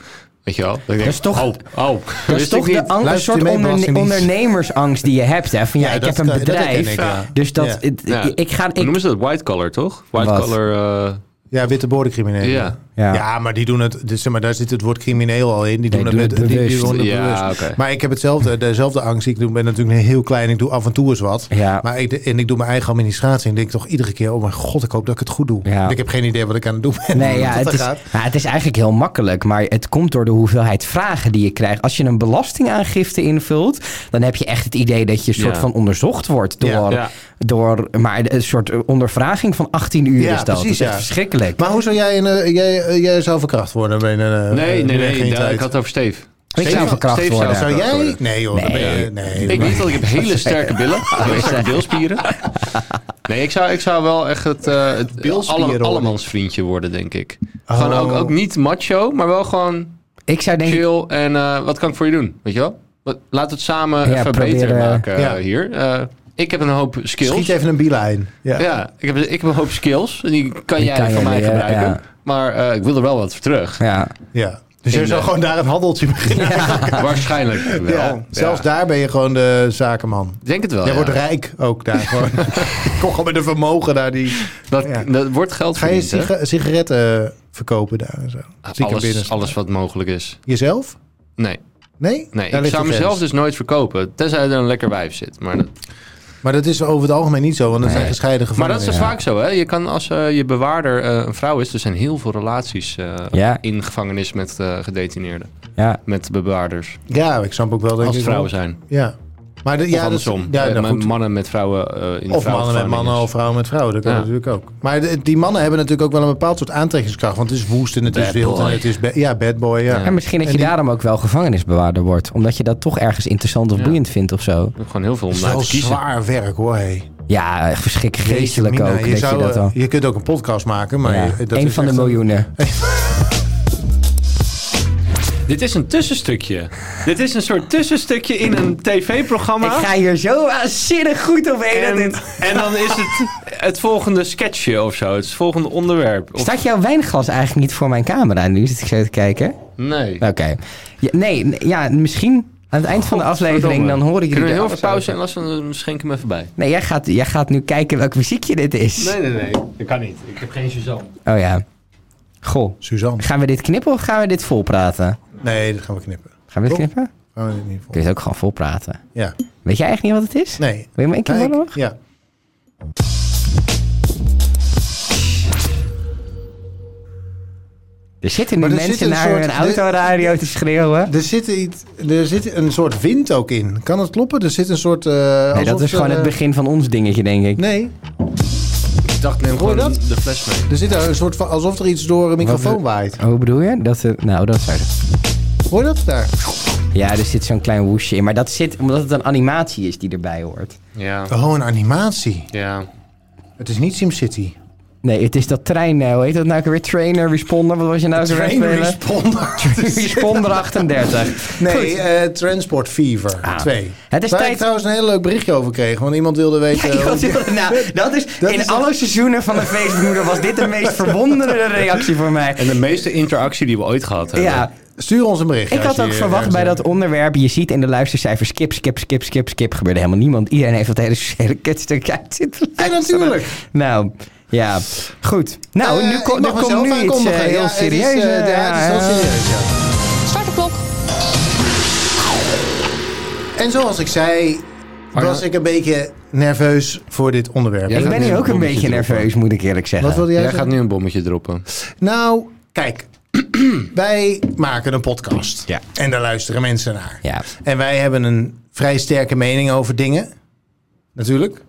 D: Weet je wel? Dan denk ik,
A: Dat is toch-
D: Oh, oh.
A: Dat is
D: wist ik
A: toch de
D: niet.
A: an- een
B: Luistert u
A: soort
B: mee,
A: onderne-
B: Belastingdienst?
A: ondernemersangst die je hebt. Hè? Van ja,
B: Ja,
A: ik
B: dat-
A: heb
B: dat-
A: een
B: dat herken
A: bedrijf.
B: ik, ja.
A: Dus dat,
B: Ja.
A: het-
D: Ja.
A: ik ga...
D: Hoe
A: Ik,
D: noemen ze dat? White collar, toch? White
A: Wat?
D: collar... eh,
B: Ja, witte boordencriminelen.
D: Ja.
B: Ja.
A: ja.
B: maar die doen het. Dus zeg maar, daar zit het woord crimineel al in. Die doen,
A: Nee,
B: het,
A: doen
B: met,
A: het
B: die- die
A: bewust.
B: doen het
D: Ja,
B: bewust.
D: oké.
B: Maar ik heb hetzelfde, dezelfde angst. die Ik doe, ben natuurlijk heel klein. Ik doe af en toe eens wat.
A: Ja.
B: Maar ik, en ik doe mijn eigen administratie. En denk toch iedere keer: oh mijn god, ik hoop dat ik het goed doe.
A: Ja.
B: Want Ik heb geen idee wat ik aan het doen ben.
A: Nee,
B: hoe
A: ja,
B: dat
A: het, is,
B: gaat.
A: ja, het is eigenlijk heel makkelijk, maar het komt door de hoeveelheid vragen die je krijgt. Als je een belastingaangifte invult, dan heb je echt het idee dat je een soort
D: Ja.
A: van onderzocht wordt door,
B: Ja,
D: ja.
A: door maar een soort ondervraging van 18 uur
B: Ja,
A: is dat.
B: precies,
A: dat is
B: ja.
A: echt verschrikkelijk.
B: Maar hoe zou jij, een, eh, jij, eh, jij zou verkracht worden bij een eh,
D: Nee, nee, nee.
B: beleggingsheid?
D: daar- ik had het over Steve.
A: ik zou
D: Steve-
A: verkracht
D: Steve
A: worden.
B: Zou
D: verkracht
B: jij?
D: worden.
B: Nee, joh. dan ben je- nee.
D: Ik weet dat ik heb hele sterke billen. Hele sterke bilspieren. Nee, ik zou, ik zou wel echt het, eh het
B: Bilspieren
D: alle,
B: worden.
D: allemansvriendje worden, denk ik.
B: Oh.
D: Gewoon ook, ook niet macho, maar wel gewoon
A: Ik zou denk ik,
D: chill en eh, wat kan ik voor je doen, weet je wel? Wat, laten we het samen
A: Ja,
D: even
A: proberen,
D: beter maken eh,
B: ja.
D: hier. Eh, ik heb een hoop skills.
B: Schiet even een biela in. Ja.
D: Ja, ik heb, ik heb een hoop skills. en Die kan
A: Die
D: jij
A: kan
D: van
A: je
D: mij
A: leren,
D: gebruiken.
A: ja.
D: Maar eh, ik wil er wel wat voor terug.
A: ja,
B: Ja. Dus
D: Ik,
B: jij zou
D: eh,
B: gewoon daar een handeltje beginnen.
D: Waarschijnlijk wel.
B: Ja, Oh, zelfs
D: Ja.
B: daar ben je gewoon de zakenman.
D: Ik denk het wel.
B: Jij
D: ja.
B: wordt rijk ook daar gewoon. Kom gewoon met een vermogen daar die...
D: Dat,
B: Ja.
D: dat wordt geld
B: Ga je
D: verdiend, hè?
B: siga- sigaretten eh, verkopen daar en zo? Zieke binnen.
D: alles, alles wat mogelijk is.
B: Jezelf?
D: Nee,
B: Nee?
D: nee.
B: Daar
D: ik
B: ligt
D: zou
B: de grens.
D: mezelf dus nooit verkopen. Tenzij er een lekker wijf zit. Maar dat,
B: Maar dat is over het algemeen niet zo, want dat zijn gescheiden
D: maar
B: gevallen.
D: dat is dus vaak zo, hè? Je kan als eh, je bewaarder eh, een vrouw is... Er zijn heel veel relaties eh,
A: Ja.
D: in gevangenis met eh, gedetineerden.
A: ja.
D: Met bewaarders.
B: Ja, ik snap ook wel. Denk
D: Als het
B: ik
D: vrouwen
B: wel.
D: zijn.
B: Ja. Maar de, ja,
D: of
B: dat-
D: andersom.
B: Ja,
D: Eh,
B: nou
D: met
B: goed.
D: Mannen met vrouwen eh, in de
B: Of mannen met mannen of vrouwen met vrouwen, dat kan
D: Ja.
B: natuurlijk ook. Maar de- die mannen hebben natuurlijk ook wel een bepaald soort aantrekkingskracht. Want het is woest en het is
D: Bad
B: wild en
D: boy.
B: het is... ba- Ja, bad boy, ja.
D: Ja.
A: En misschien dat
B: En
A: je
B: die-
A: daarom ook wel gevangenisbewaarder wordt. Omdat je dat toch ergens interessant of
D: Ja.
A: boeiend vindt of zo.
D: Gewoon heel veel om
B: Het is
A: nou
D: naar
B: wel
D: te kiezen.
B: zwaar werk hoor, hey.
A: Ja, echt verschrikkelijk geestelijk
B: Jeetje,
A: ook.
B: Mina,
A: dat
B: je, zou,
A: je dat al.
B: eh, je kunt ook een podcast maken, maar...
A: Ja.
B: je- dat
A: Eén
B: is
A: van de
B: echt een-
A: miljoenen.
D: Dit is een tussenstukje. Dit is een soort tussenstukje in een tv-programma.
A: Ik ga hier zo waanzinnig goed op heen. dat
D: En,
A: dit-
D: Ehm, en dan is het het volgende sketchje of zo. Het volgende onderwerp. Of-
A: Staat jouw wijnglas eigenlijk niet voor mijn camera nu? Zit ik zo te kijken?
D: nee.
A: Oké. Ja, nee, n- ja, misschien aan het eind van de aflevering dan horen jullie...
D: Kunnen we
A: er
D: heel
A: alles
D: veel pauze en
A: over.
D: last van schenk hem even bij.
A: Nee, jij gaat, jij gaat nu kijken welk muziekje dit is.
D: nee, nee. Dat kan niet. Ik heb geen Suzanne.
A: Oh ja. Goh.
B: Suzanne.
A: Gaan we dit knippen of gaan we dit volpraten?
B: Nee, dat gaan we knippen.
A: Gaan we dit
B: Toch?
A: knippen?
B: Gaan we dit niet voor.
A: Kun je het ook gewoon volpraten.
B: Ja.
A: Weet jij eigenlijk niet wat het is?
B: Nee.
A: Wil je me één keer
B: Ja, ik-
A: horen nog?
B: ja.
A: Er zitten nu
B: Maar er
A: mensen
B: zit een
A: naar
B: soort-
A: een autoradio te schreeuwen.
B: Er zit, iets, er zit een soort wind ook in. Kan het kloppen? Er zit een soort... eh,
A: Nee, dat
B: alsof
A: is
B: er,
A: gewoon het
B: eh,
A: begin van ons dingetje, denk ik.
B: Nee,
D: Ik dacht, neem
B: Hoor je
D: gewoon
B: dat?
D: de fles mee.
B: er zit daar een soort van... Alsof er iets door een microfoon
A: Wat-
B: waait.
A: Hoe bedoel je? Dat, eh, nou, dat zou...
B: Hoor je dat daar?
A: Ja, er zit zo'n klein woesje in. Maar dat zit omdat het een animatie is die erbij hoort.
D: Ja.
B: Oh, een animatie.
D: Ja.
B: Het is niet SimCity.
A: Nee, het is dat trein... eh, Hoe heet dat nou ook weer? Trainer, Responder? Wat was je nou ook weer aan
B: Train
A: het spelen?
B: Responder.
A: Responder 38.
B: Nee, eh, Transport Fever 2.
A: Ah. Het is
B: Waar ik
A: tijd-
B: trouwens een heel leuk berichtje over kreeg. Want iemand wilde weten...
A: Ja,
B: hoe-
A: dat is- nou, dat is,
B: eh, Dat
A: in
B: is-
A: alle seizoenen van de feestmoeder was dit de meest verwonderende reactie voor mij.
D: En de meeste interactie die we ooit gehad hebben.
A: Ja,
B: Stuur ons een berichtje.
A: ik had ook verwacht bij dat onderwerp, je ziet in de luistercijfers skip, skip, skip, skip, skip, gebeurde helemaal niemand. Iedereen heeft dat hele, hele kutstuk uit zitten
B: Ja,
A: luisteren.
B: natuurlijk.
A: Nou, ja, goed. Nou,
B: Eh,
A: nu ko-
B: ik mag
A: er komt
B: mezelf
A: nu iets eh,
B: aankondigen.
A: heel
B: Ja, het is, eh,
A: serieus. eh,
B: ja, het is
A: ja.
B: heel serieus, ja.
E: Start de klok.
B: En zoals ik zei,
A: Oh,
B: was ik een beetje nerveus voor dit onderwerp.
D: Ja,
A: Ik
D: Jij
A: ben
D: gaat
A: nu
D: nu
A: ook
D: een
A: een beetje
D: bommetje droppen.
A: nerveus, moet ik eerlijk
B: Wat
A: zeggen.
B: wilde jij,
D: Jij gaat
B: zeggen?
D: nu een bommetje droppen.
B: Nou, kijk. wij maken een podcast.
A: Ja.
B: En daar luisteren mensen naar.
A: Ja.
B: En wij hebben een vrij sterke mening over dingen. Natuurlijk.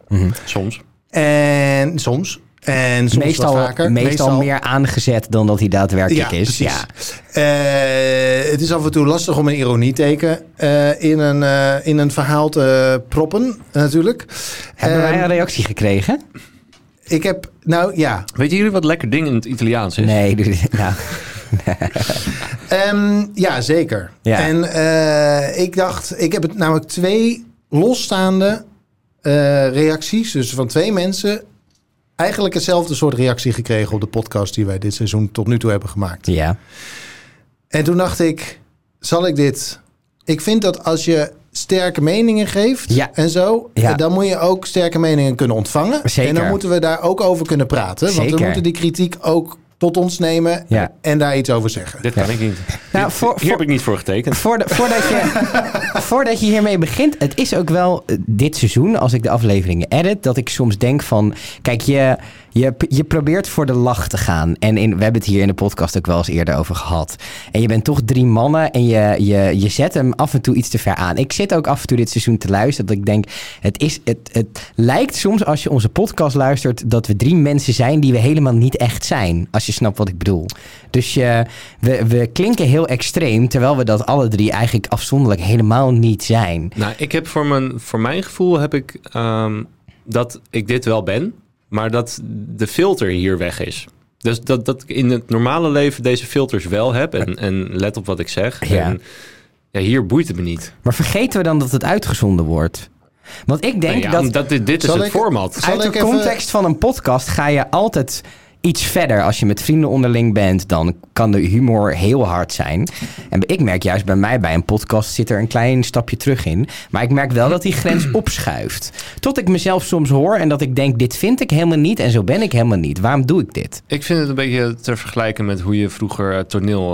D: Soms.
B: En soms. En soms
A: Meestal,
B: wat vaker.
A: meestal, meer aangezet dan dat hij daadwerkelijk is.
B: precies.
A: Ja,
B: Eh, het is af en toe lastig om een ironieteken eh, in, een, eh, in een verhaal te proppen, natuurlijk.
A: Hebben wij
B: Ehm, dus-
A: een reactie gekregen?
B: Ik heb, nou ja,
D: Weten jullie wat lekker ding in het Italiaans is?
A: Nee, doe dit- nou,
B: Ehm, ja, zeker.
A: Ja.
B: En eh, ik dacht, ik heb het namelijk twee losstaande eh, reacties, dus van twee mensen, eigenlijk hetzelfde soort reactie gekregen op de podcast die wij dit seizoen tot nu toe hebben gemaakt.
A: ja.
B: En toen dacht ik, zal ik dit... Ik vind dat als je sterke meningen geeft
A: Ja.
B: en zo,
A: Ja.
B: eh, dan moet je ook sterke meningen kunnen ontvangen.
A: Zeker.
B: En dan moeten we daar ook over kunnen praten. Want
A: Zeker.
B: we moeten die kritiek ook tot ons nemen
A: Ja.
B: en daar iets over zeggen.
D: Dit kan ik niet.
A: Nou, voor-
D: Hier heb ik niet voor getekend.
A: Voordat, voordat, je, voordat je hiermee begint, het is ook wel eh, dit seizoen, als ik de afleveringen edit, dat ik soms denk van, kijk, je, je, je probeert voor de lach te gaan. En in, we hebben het hier in de podcast ook wel eens eerder over gehad. En je bent toch drie mannen en je, je, je zet hem af en toe iets te ver aan. Ik zit ook af en toe dit seizoen te luisteren, dat ik denk, het, is, het, het lijkt soms als je onze podcast luistert, dat we drie mensen zijn die we helemaal niet echt zijn. Als je snapt wat ik bedoel. Dus je, we, we klinken heel extreem, terwijl we dat alle drie eigenlijk afzonderlijk helemaal niet zijn.
D: Nou, ik heb voor mijn, voor mijn gevoel heb ik ehm, dat ik dit wel ben, maar dat de filter hier weg is. Dus dat, dat ik in het normale leven deze filters wel heb en, en let op wat ik zeg.
A: Ja.
D: En, ja, hier boeit het me niet.
A: Maar vergeten we dan dat het uitgezonden wordt? Want ik denk
D: Nou ja,
A: dat
D: omdat dit, dit is
B: Zal
D: het
B: ik-
D: format.
B: Zal
A: uit
B: ik
A: de
B: even-
A: context van een podcast ga je altijd iets verder. Als je met vrienden onderling bent, dan kan de humor heel hard zijn. En ik merk juist bij mij, bij een podcast zit er een klein stapje terug in. Maar ik merk wel dat die grens opschuift. Tot ik mezelf soms hoor en dat ik denk, dit vind ik helemaal niet en zo ben ik helemaal niet. Waarom doe ik dit?
D: Ik vind het een beetje te vergelijken met hoe je vroeger eh,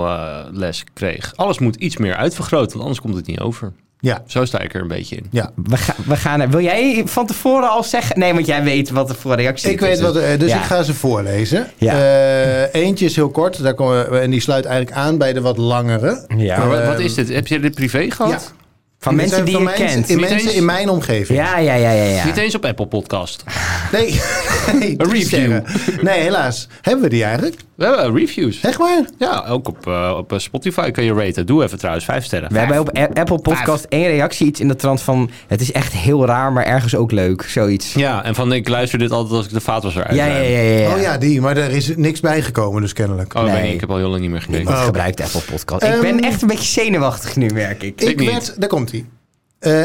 D: toneelles kreeg. Alles moet iets meer uitvergroten, want anders komt het niet over.
B: Ja,
D: Zo sta ik er een beetje in.
B: ja.
A: We, ga- we gaan er. Wil jij van tevoren al zeggen? Nee, want jij weet wat er voor reactie
B: Ik weet wat, eh, dus
A: Ja.
B: ik ga ze voorlezen.
A: Ja.
B: Eh, eentje is heel kort, daar komen we, en die sluit eigenlijk aan bij de wat langere.
A: Ja.
D: Maar wat,
B: Ehm,
D: wat is dit? Heb je dit privé gehad?
B: Ja.
A: Van
B: Dit
A: mensen
B: zijn
A: die
B: van
A: je
B: mensen-
A: kent.
B: In
D: Niet
B: mensen
D: eens-
B: in mijn omgeving.
A: Ja, ja, ja, ja. ja.
D: Niet eens op Apple Podcast.
B: Nee, nee
D: Een
B: drie
D: review.
B: sterren. Nee, helaas. Hebben we die eigenlijk?
D: We hebben reviews.
B: Echt waar?
D: Ja, ook op, eh, op eh, Spotify kun je raten. Doe even trouwens, vijf sterren.
A: We hebben op A- Apple Podcast één reactie iets in de trant van... het is echt heel raar, maar ergens ook leuk. Zoiets.
D: Ja, en van ik luister dit altijd als ik de vaatwasser uit.
A: Ja, ja, ja. ja, ja.
B: Oh ja, die. Maar daar is niks bijgekomen dus kennelijk.
D: Oh,
A: Nee.
D: nee. ik heb al heel lang niet meer gekeken.
A: Niemand
B: Oh, oké.
A: gebruikt Apple Podcast. ik
B: Ehm,
A: ben echt een beetje zenuwachtig nu, merk ik.
B: ik
D: niet.
B: werd, daar komt hij.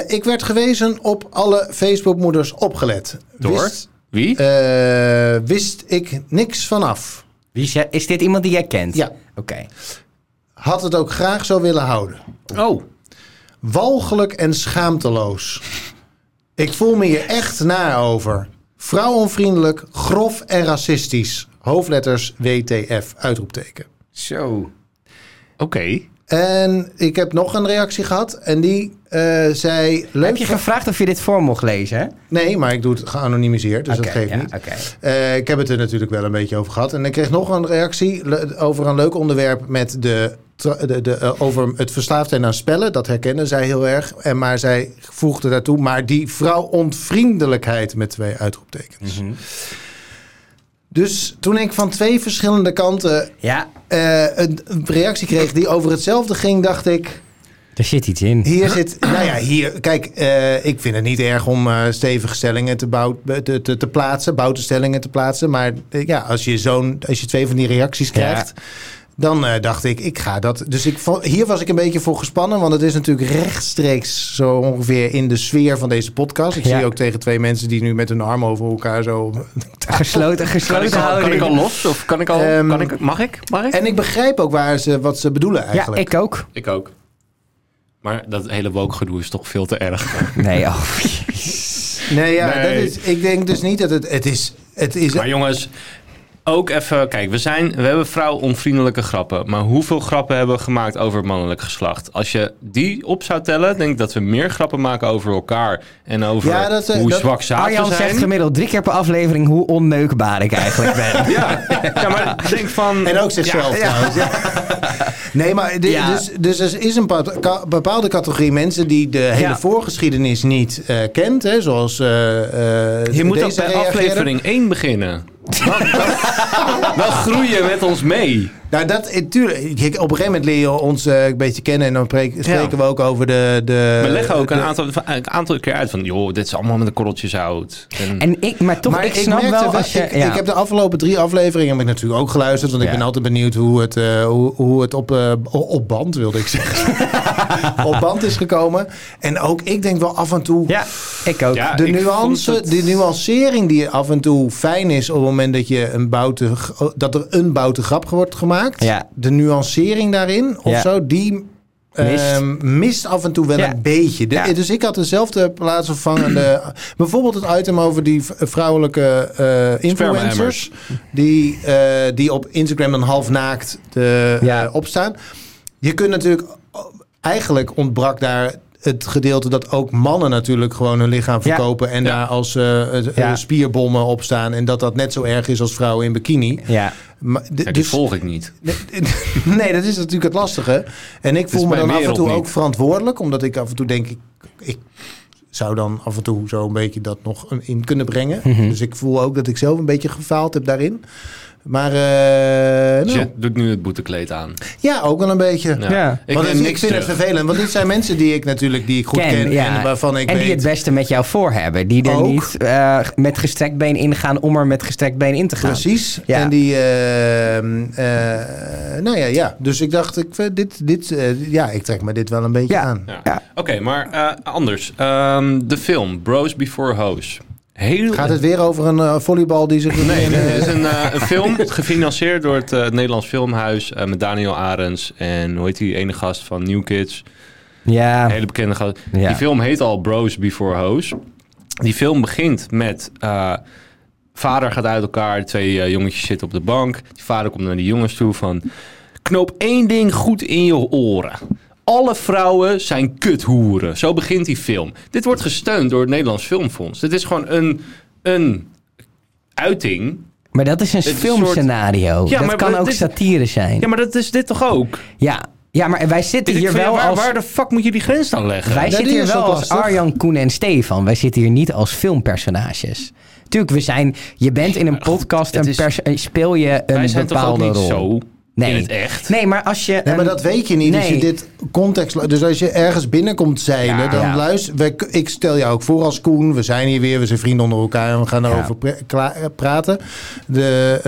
B: ik werd gewezen op alle Facebookmoeders opgelet.
D: Door?
B: Wist,
D: Wie?
B: eh, wist ik niks vanaf.
A: Wie ze- is dit iemand die jij kent?
B: Ja.
A: Oké.
B: Had het ook graag zo willen houden.
D: oh,
B: Walgelijk en schaamteloos. Ik voel me hier echt naar over. Vrouwonvriendelijk, grof en racistisch. Hoofdletters WTF, uitroepteken.
A: Zo.
D: oké.
B: En ik heb nog een reactie gehad. En die eh, zei... Leuk
A: Heb je gevraagd of je dit voor mocht lezen? hè?
B: Nee, maar ik doe het geanonimiseerd, dus
A: Oké,
B: dat geeft
A: ja,
B: niet.
A: oké.
B: Eh, ik heb het er natuurlijk wel een beetje over gehad. En ik kreeg nog een reactie le- over een leuk onderwerp met de, tra- de, de, eh, over het verslaafd zijn aan spellen. Dat herkennen zij heel erg. En maar zij voegde daartoe, maar die vrouwonvriendelijkheid met twee uitroeptekens. Dus toen ik van twee verschillende kanten
A: Ja,
B: eh, een een reactie kreeg die over hetzelfde ging, dacht ik...
A: er zit iets in.
B: Hier zit, nou ja, hier, kijk, eh, ik vind het niet erg om eh stevige stellingen te, bouw, te, te, te plaatsen, boutenstellingen te plaatsen. Maar eh, ja, als je, zo'n, als je twee van die reacties krijgt, dan eh, dacht ik, ik ga dat. Dus ik, vo- hier was ik een beetje voor gespannen, want het is natuurlijk rechtstreeks zo ongeveer in de sfeer van deze podcast. Ik
A: Ja.
B: zie ook tegen twee mensen die nu met hun armen over elkaar zo.
A: Gesloten,
D: Kan
A: gesloten
D: ik, al, kan
A: houding.
D: ik al los? Of kan ik al...
B: Ehm,
D: kan ik, mag ik? Mag ik?
B: En ik begrijp ook waar ze, wat ze bedoelen
A: ja,
B: eigenlijk.
A: ik ook.
D: Ik ook. Maar dat hele woke gedoe is toch veel te erg.
A: Nee, oh.
B: nee, ja,
D: Nee.
B: Dat is, ik denk dus niet dat het, het is. Het is
D: Maar jongens, ook even... Kijk, we, zijn, we hebben vrouwonvriendelijke grappen. Maar hoeveel grappen hebben we gemaakt over het mannelijk geslacht? Als je die op zou tellen, denk ik dat we meer grappen maken over elkaar. En over
B: Ja, dat, eh,
D: hoe
B: dat-
D: zwak zaken
A: Arjan
D: zijn.
A: zegt gemiddeld drie keer per aflevering hoe onneukbaar ik eigenlijk ben.
D: Ja, ja, maar denk van...
B: En ook zichzelf trouwens. ja. Nee, maar di-
A: Ja.
B: dus, dus er is een pa- ka- bepaalde categorie mensen die de hele
D: Ja.
B: voorgeschiedenis niet eh, kent. Hè, zoals eh, eh,
D: Je moet
B: deze
D: ook bij
B: reageerder.
D: aflevering 1 beginnen. Dan, dan groei je met ons mee.
B: Nou, dat, eh, tuurlijk, ik- op een gegeven moment leer je ons eh, een beetje kennen. En dan preek- spreken we ook over de... de
D: We leggen ook een
B: Eh, de-
D: aantal, een aantal keer uit van... joh, dit is allemaal met een korreltje zout. En,
A: En ik, maar toch,
B: maar
A: ik snap
B: merkte
A: wel als je...
B: ik,
A: ja.
B: ik heb de afgelopen drie afleveringen heb ik natuurlijk ook geluisterd. Want ik
A: Ja.
B: ben altijd benieuwd hoe het, eh, hoe, hoe het op, eh, op band, wilde ik zeggen. op band is gekomen. En ook ik denk wel af en toe...
A: ja, ik ook.
D: Ja.
B: De
D: ik
B: nuance,
D: vond het-
B: de nuancering die af en toe fijn is op het moment dat, je een boute, dat er een boute grap wordt gemaakt.
A: Ja.
B: De nuancering daarin of
A: Ja.
B: zo, die
A: Mist.
B: Ehm, mist af en toe wel
A: Ja.
B: een beetje. De-
A: Ja.
B: Dus ik had dezelfde plaatsvervangende... bijvoorbeeld het item over die v- vrouwelijke eh, influencers... Die, eh, die op Instagram dan half naakt eh,
A: Ja.
B: eh, opstaan. Je kunt natuurlijk... Eigenlijk ontbrak daar het gedeelte dat ook mannen natuurlijk gewoon hun lichaam
A: Ja.
B: verkopen... en
D: Ja.
B: daar als eh, eh,
A: Ja.
B: spierbommen op staan... en dat dat net zo erg is als vrouwen in bikini.
A: Ja.
B: Maar, d-
D: Ja, die
B: dus
D: volg ik niet.
B: Nee, dat is natuurlijk het lastige. En ik voel me
D: mijn
B: dan af en
D: wereld
B: toe
D: niet.
B: ook verantwoordelijk, omdat ik af en toe denk ik, ik zou dan af en toe zo een beetje dat nog in kunnen brengen.
A: Mhm.
B: Dus ik voel ook dat ik zelf een beetje gefaald heb daarin. Maar eh,
D: Dus
B: nou,
D: je doet nu het boetekleed aan.
B: ja, ook wel een beetje.
D: Ja.
A: Ja.
D: Ik
B: want
D: neem
B: het- ik
D: niks
B: vind
D: terug.
B: het vervelend, want dit zijn mensen die ik natuurlijk die ik goed ken,
A: ja.
B: en waarvan ik
A: en die
B: weet.
A: het beste met jou voor hebben. Die er
B: Ook.
A: niet eh, met gestrekt been ingaan om er met gestrekt been in te gaan.
B: Precies.
A: Ja.
B: En die, eh, eh, nou ja, ja. Dus ik dacht, ik, vind dit, dit, eh, ja, ik trek me dit wel een beetje
A: Ja.
B: aan.
D: Ja.
A: Ja.
D: Oké, maar eh, anders. Ehm, de film Bros Before Hoes. Heel...
B: Gaat het weer over een eh, volleybal die zich...
D: Nee, dit is een, eh, een film gefinancierd door het, eh, het Nederlands Filmhuis eh, met Daniel Arends en hoe heet die ene gast van New Kids.
A: Ja.
D: Een hele bekende gast.
A: Ja.
D: Die film heet al Bros Before Hoes. Die film begint met... eh, vader gaat uit elkaar, de twee eh, jongetjes zitten op de bank. Die vader komt naar die jongens toe van... Knoop één ding goed in je oren. Alle vrouwen zijn kuthoeren. Zo begint die film. Dit wordt gesteund door het Nederlands Filmfonds. Dit is gewoon een, een uiting.
A: Maar dat is een
D: Het is
A: filmscenario.
D: soort- Ja,
A: dat
D: maar
A: kan
D: dat
A: ook
D: is-
A: satire zijn.
D: Ja, maar dat is dit toch ook?
A: Ja, ja maar wij zitten
D: Dus ik
A: hier
D: vind, ja,
A: wel
D: waar,
A: als...
D: waar de fuck moet je die grens dan leggen?
A: Wij
B: Ja,
A: zitten
B: die
A: hier
B: is
A: wel
B: ook
A: als
B: lastig.
A: Arjan, Koen en Stefan. Wij zitten hier niet als filmpersonages. Tuurlijk, we zijn, je bent in een podcast
D: het
A: een
D: is-
A: pers- eh, speel je een
D: Wij zijn toch ook
A: bepaalde
D: niet
A: rol.
D: zo
A: nee.
D: in het echt?
A: Nee, maar als je...
B: Nee, maar
A: een-
B: dat weet je niet. Als
A: Nee.
B: je dit context. Dus als je ergens binnenkomt zeilen,
A: Ja.
B: dan
A: Ja.
B: luister. wij- ik stel jou ook voor als Koen. We zijn hier weer, we zijn vrienden onder elkaar en we gaan daarover pra- kla- eh, praten. De,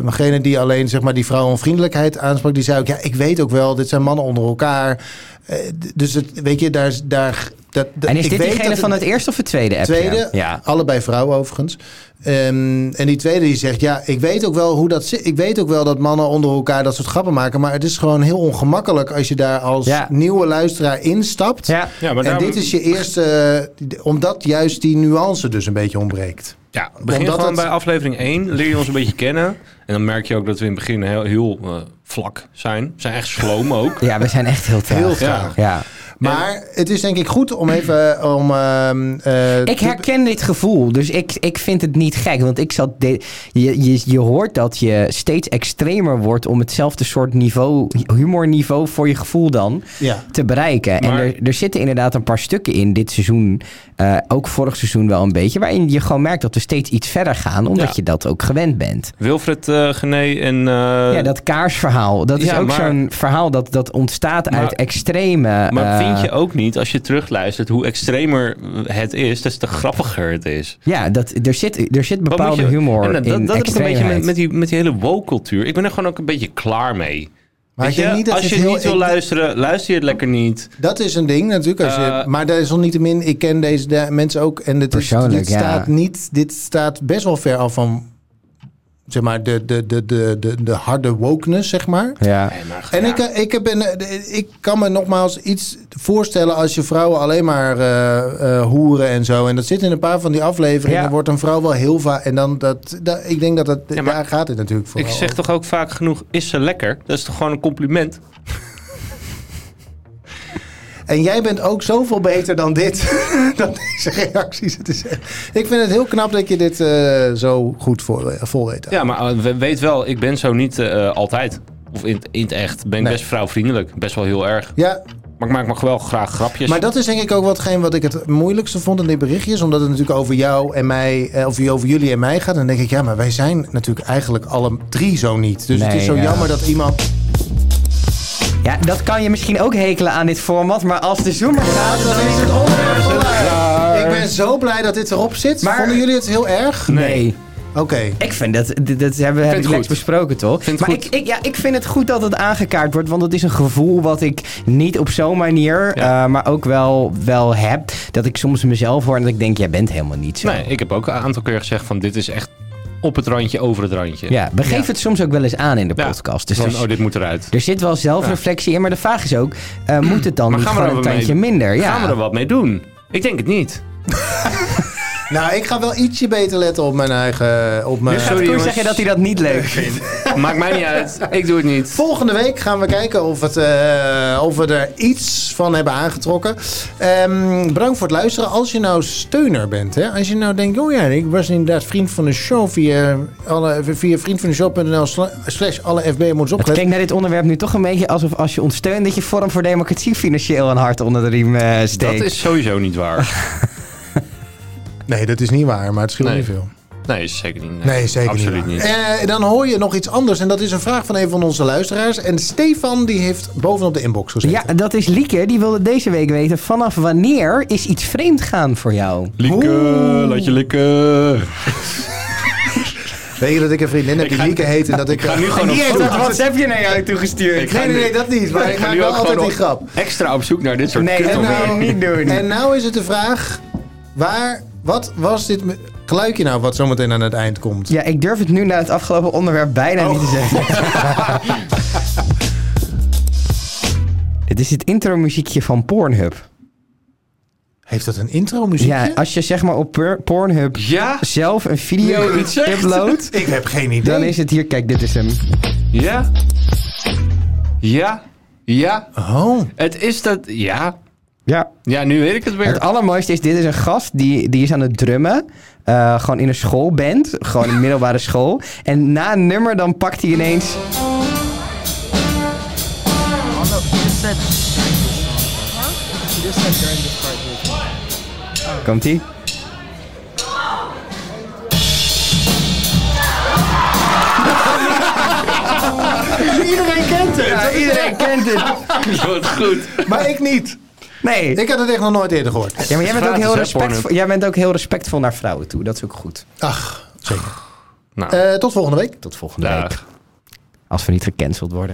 B: eh degene die alleen zeg maar, die vrouwenvriendelijkheid aansprak, die zei ook: Ja, ik weet ook wel, dit zijn mannen onder elkaar. Eh, d- dus het, weet je, daar. daar dat, dat-
A: En is
B: ik
A: dit
B: weet
A: diegene
B: dat-
A: van het eerste of het tweede appje?
B: Tweede,
A: Ja.
B: allebei vrouwen overigens. Ehm, en die tweede die zegt, ja, ik weet ook wel hoe dat zit. Ik weet ook wel dat mannen onder elkaar dat soort grappen maken. Maar het is gewoon heel ongemakkelijk als je daar als
A: Ja.
B: nieuwe luisteraar instapt.
A: Ja.
D: Ja, maar
B: en
D: daarom-
B: dit is je eerste, eh, omdat juist die nuance dus een beetje ontbreekt.
D: Ja, begin
B: Omdat
D: gewoon
B: het-
D: bij aflevering 1. Leer je ons een beetje kennen. En dan merk je ook dat we in het begin heel, heel eh, vlak zijn. We zijn echt sloom ook.
A: ja, we zijn echt heel traag.
B: Heel
D: Ja.
B: graag.
A: ja.
B: Maar het is denk ik goed om even... eh, om, ehm, eh,
A: Ik herken dit gevoel, dus ik, ik vind het niet gek. Want ik zat de- je, je, je hoort dat je steeds extremer wordt om hetzelfde soort niveau, humorniveau voor je gevoel dan
B: ja.
A: te bereiken. En
D: Maar-
A: er, er zitten inderdaad een paar stukken in dit seizoen, eh, ook vorig seizoen wel een beetje, waarin je gewoon merkt dat we steeds iets verder gaan, omdat
D: Ja.
A: je dat ook gewend bent.
D: Wilfred eh Gené en... eh,
A: ja, dat kaarsverhaal, dat is
D: ja,
A: ook
D: maar-
A: zo'n verhaal dat, dat ontstaat
D: Maar-
A: uit extreme...
D: Maar
A: eh,
D: vind je ook niet, als je terugluistert, hoe extremer het is, des te grappiger het is.
A: Ja, dat, er, zit, er zit
D: Wat moet
A: bepaalde
D: je-
A: humor
D: En dat, dat,
A: in
D: dat heb ik een beetje
A: extreemheid.
D: met, met, die, met die hele woke-cultuur. Ik ben er gewoon ook een beetje klaar mee.
B: Maar
D: Weet
B: ik denk
D: je,
B: niet dat
D: als
B: het
D: je
B: heel-
D: niet wil
B: ik-
D: luisteren, luister je het lekker niet.
B: Dat is een ding natuurlijk. Als je,
D: Eh,
B: maar daar is nog niet te min. Ik ken deze da- mensen ook. En dit, is,
A: Persoonlijk,
B: dit,
A: ja.
B: staat niet, dit staat best wel ver af van zeg maar, de, de, de, de, de, de harde wokeness, zeg maar.
A: Ja.
D: Nee, maar,
B: En
D: ja.
B: ik, eh, ik, heb een, eh, ik kan me nogmaals iets voorstellen als je vrouwen alleen maar eh, eh, hoeren en zo. En dat zit in een paar van die afleveringen.
A: Ja.
B: Dan wordt een vrouw wel heel vaak. En dan dat, dat- ik denk dat, dat
D: Ja, maar
B: daar gaat het natuurlijk voor.
D: Ik zeg toch ook vaak genoeg, is ze lekker? Dat is toch gewoon een compliment?
B: En jij bent ook zoveel beter dan dit. dan deze reacties. Het is echt- ik vind het heel knap dat je dit eh, zo goed voor, vol weet.
D: Ja, maar eh, we- weet wel, ik ben zo niet eh, altijd. Of in, het- in het echt ben ik
B: Nee.
D: best vrouwvriendelijk. Best wel heel erg.
B: Ja,
D: Maar ik maak me wel graag grapjes.
B: maar dat is denk ik ook watgeen wat ik het moeilijkste vond in dit berichtje. is Omdat het natuurlijk over jou en mij, eh, of over jullie en mij gaat. Dan denk ik, ja, maar wij zijn natuurlijk eigenlijk alle drie zo niet. Dus het
A: Nee,
B: is zo
A: ja.
B: jammer dat iemand...
A: Ja, dat kan je misschien ook hekelen aan dit format, maar als de zoomer gaat, dan Nou, is het onderwerp al uit.
B: Ik ben zo blij dat dit erop zit.
A: Maar-
B: Vonden jullie het heel erg?
A: Nee.
B: Oké.
A: Ik vind dat, dat- dat hebben we
D: het
A: hebben net
D: goed.
A: besproken, toch?
D: Vind het
A: maar
D: goed.
A: Ik, ik, ja, ik vind het goed dat het aangekaart wordt, want het is een gevoel wat ik niet op zo'n manier,
D: Ja.
A: eh, maar ook wel, wel heb. Dat ik soms mezelf hoor en dat ik denk, jij bent helemaal niet zo.
D: Nee, ik heb ook een aantal keer gezegd van dit is echt op het randje, over het randje.
A: Ja, we geven het soms ook wel eens aan in de podcast. Dus
D: Van,
A: er,
D: oh, dit moet eruit.
A: er zit wel zelfreflectie in, maar de vraag is ook, eh, moet het dan
D: Maar
A: niet
D: gaan we
A: gewoon een
D: er mee-
A: tandje minder? Ja.
D: Gaan we er wat mee doen? Ik denk het niet.
B: Nou, ik ga wel ietsje beter letten op mijn eigen... Op mijn...
D: Dus sorry.
A: Koen,
D: jongens.
A: zeg je dat hij dat niet leuk vindt?
D: Maakt mij niet uit. Ik doe het niet.
B: Volgende week gaan we kijken of, het, eh, of we er iets van hebben aangetrokken. Ehm, bedankt voor het luisteren. Als je nou steuner bent, hè, als je nou denkt, oh ja, ik was inderdaad vriend van de show via, alle, via vriendvandeshow.nl sla- slash alle FB moet eens
A: Het
B: opletten.
A: klinkt naar dit onderwerp nu toch een beetje alsof als je ons steunt... dat je Forum voor Democratie financieel een hart onder de riem eh,
D: Dat
A: steekt.
D: is sowieso niet waar.
B: Nee, dat is niet waar, maar het scheelt
D: Nee.
B: niet veel.
D: Nee, is zeker niet.
B: Nee, zeker
D: absoluut
B: niet.
D: niet.
B: waar. Eh, dan hoor je nog iets anders en dat is een vraag van een van onze luisteraars. En Stefan die heeft bovenop de inbox gezeten.
A: Ja, dat is Lieke. Die wilde deze week weten... vanaf wanneer is iets vreemd gaan voor jou?
D: Likken, laat je likken.
B: Weet je dat ik een vriendin heb die Lieke heet en dat ik...
D: ga nu gewoon op zoek.
A: WhatsAppje naar jou toegestuurd.
D: Ik ga
B: Nee, nee, nee, dat niet. Maar ik
D: Ik ga
B: maak
D: nu
B: wel
D: ook
B: altijd
D: gewoon
B: die
D: op-
B: grap.
D: Extra op zoek naar dit soort
A: Nee,
D: kut
A: dat
D: op-
A: moet je niet doen.
B: En nou is het de vraag, waar, wat was dit me- geluidje nou wat zometeen aan het eind komt?
A: Ja, ik durf het nu na het afgelopen onderwerp bijna
D: Oh.
A: niet te zeggen. Dit is het intro-muziekje van Pornhub.
B: Heeft dat een intro muziekje?
A: Ja, als je zeg maar op Por- Pornhub
D: Ja?
A: zelf een
D: Nee,
A: video
D: dat zegt.
A: uploadt,
B: Ik heb geen idee.
A: dan is het hier. Kijk, dit is hem.
D: Ja? Ja? Ja?
B: Oh,
D: Het is dat... Ja?
A: Ja.
D: Ja, nu weet ik het
A: Het
D: weer.
A: allermooiste is, dit is een gast die, die is aan het drummen. eh, gewoon in een schoolband. Gewoon in een middelbare school. En na een nummer dan pakt hij ineens... Komt ie?
B: iedereen kent het.
A: Ja, iedereen kent het.
D: Wat goed.
B: Maar ik niet.
A: Nee.
B: Ik had het echt nog nooit eerder gehoord.
A: Ja, maar jij bent, ook
D: Gratis,
A: heel
D: hè,
A: respectvol,
D: Pornhub.
A: jij bent ook heel respectvol naar vrouwen toe. Dat is ook goed.
B: Ach, zeker.
D: Nou,
B: Eh, tot volgende week.
A: Tot volgende
D: dag.
A: week. Als we niet gecanceld worden.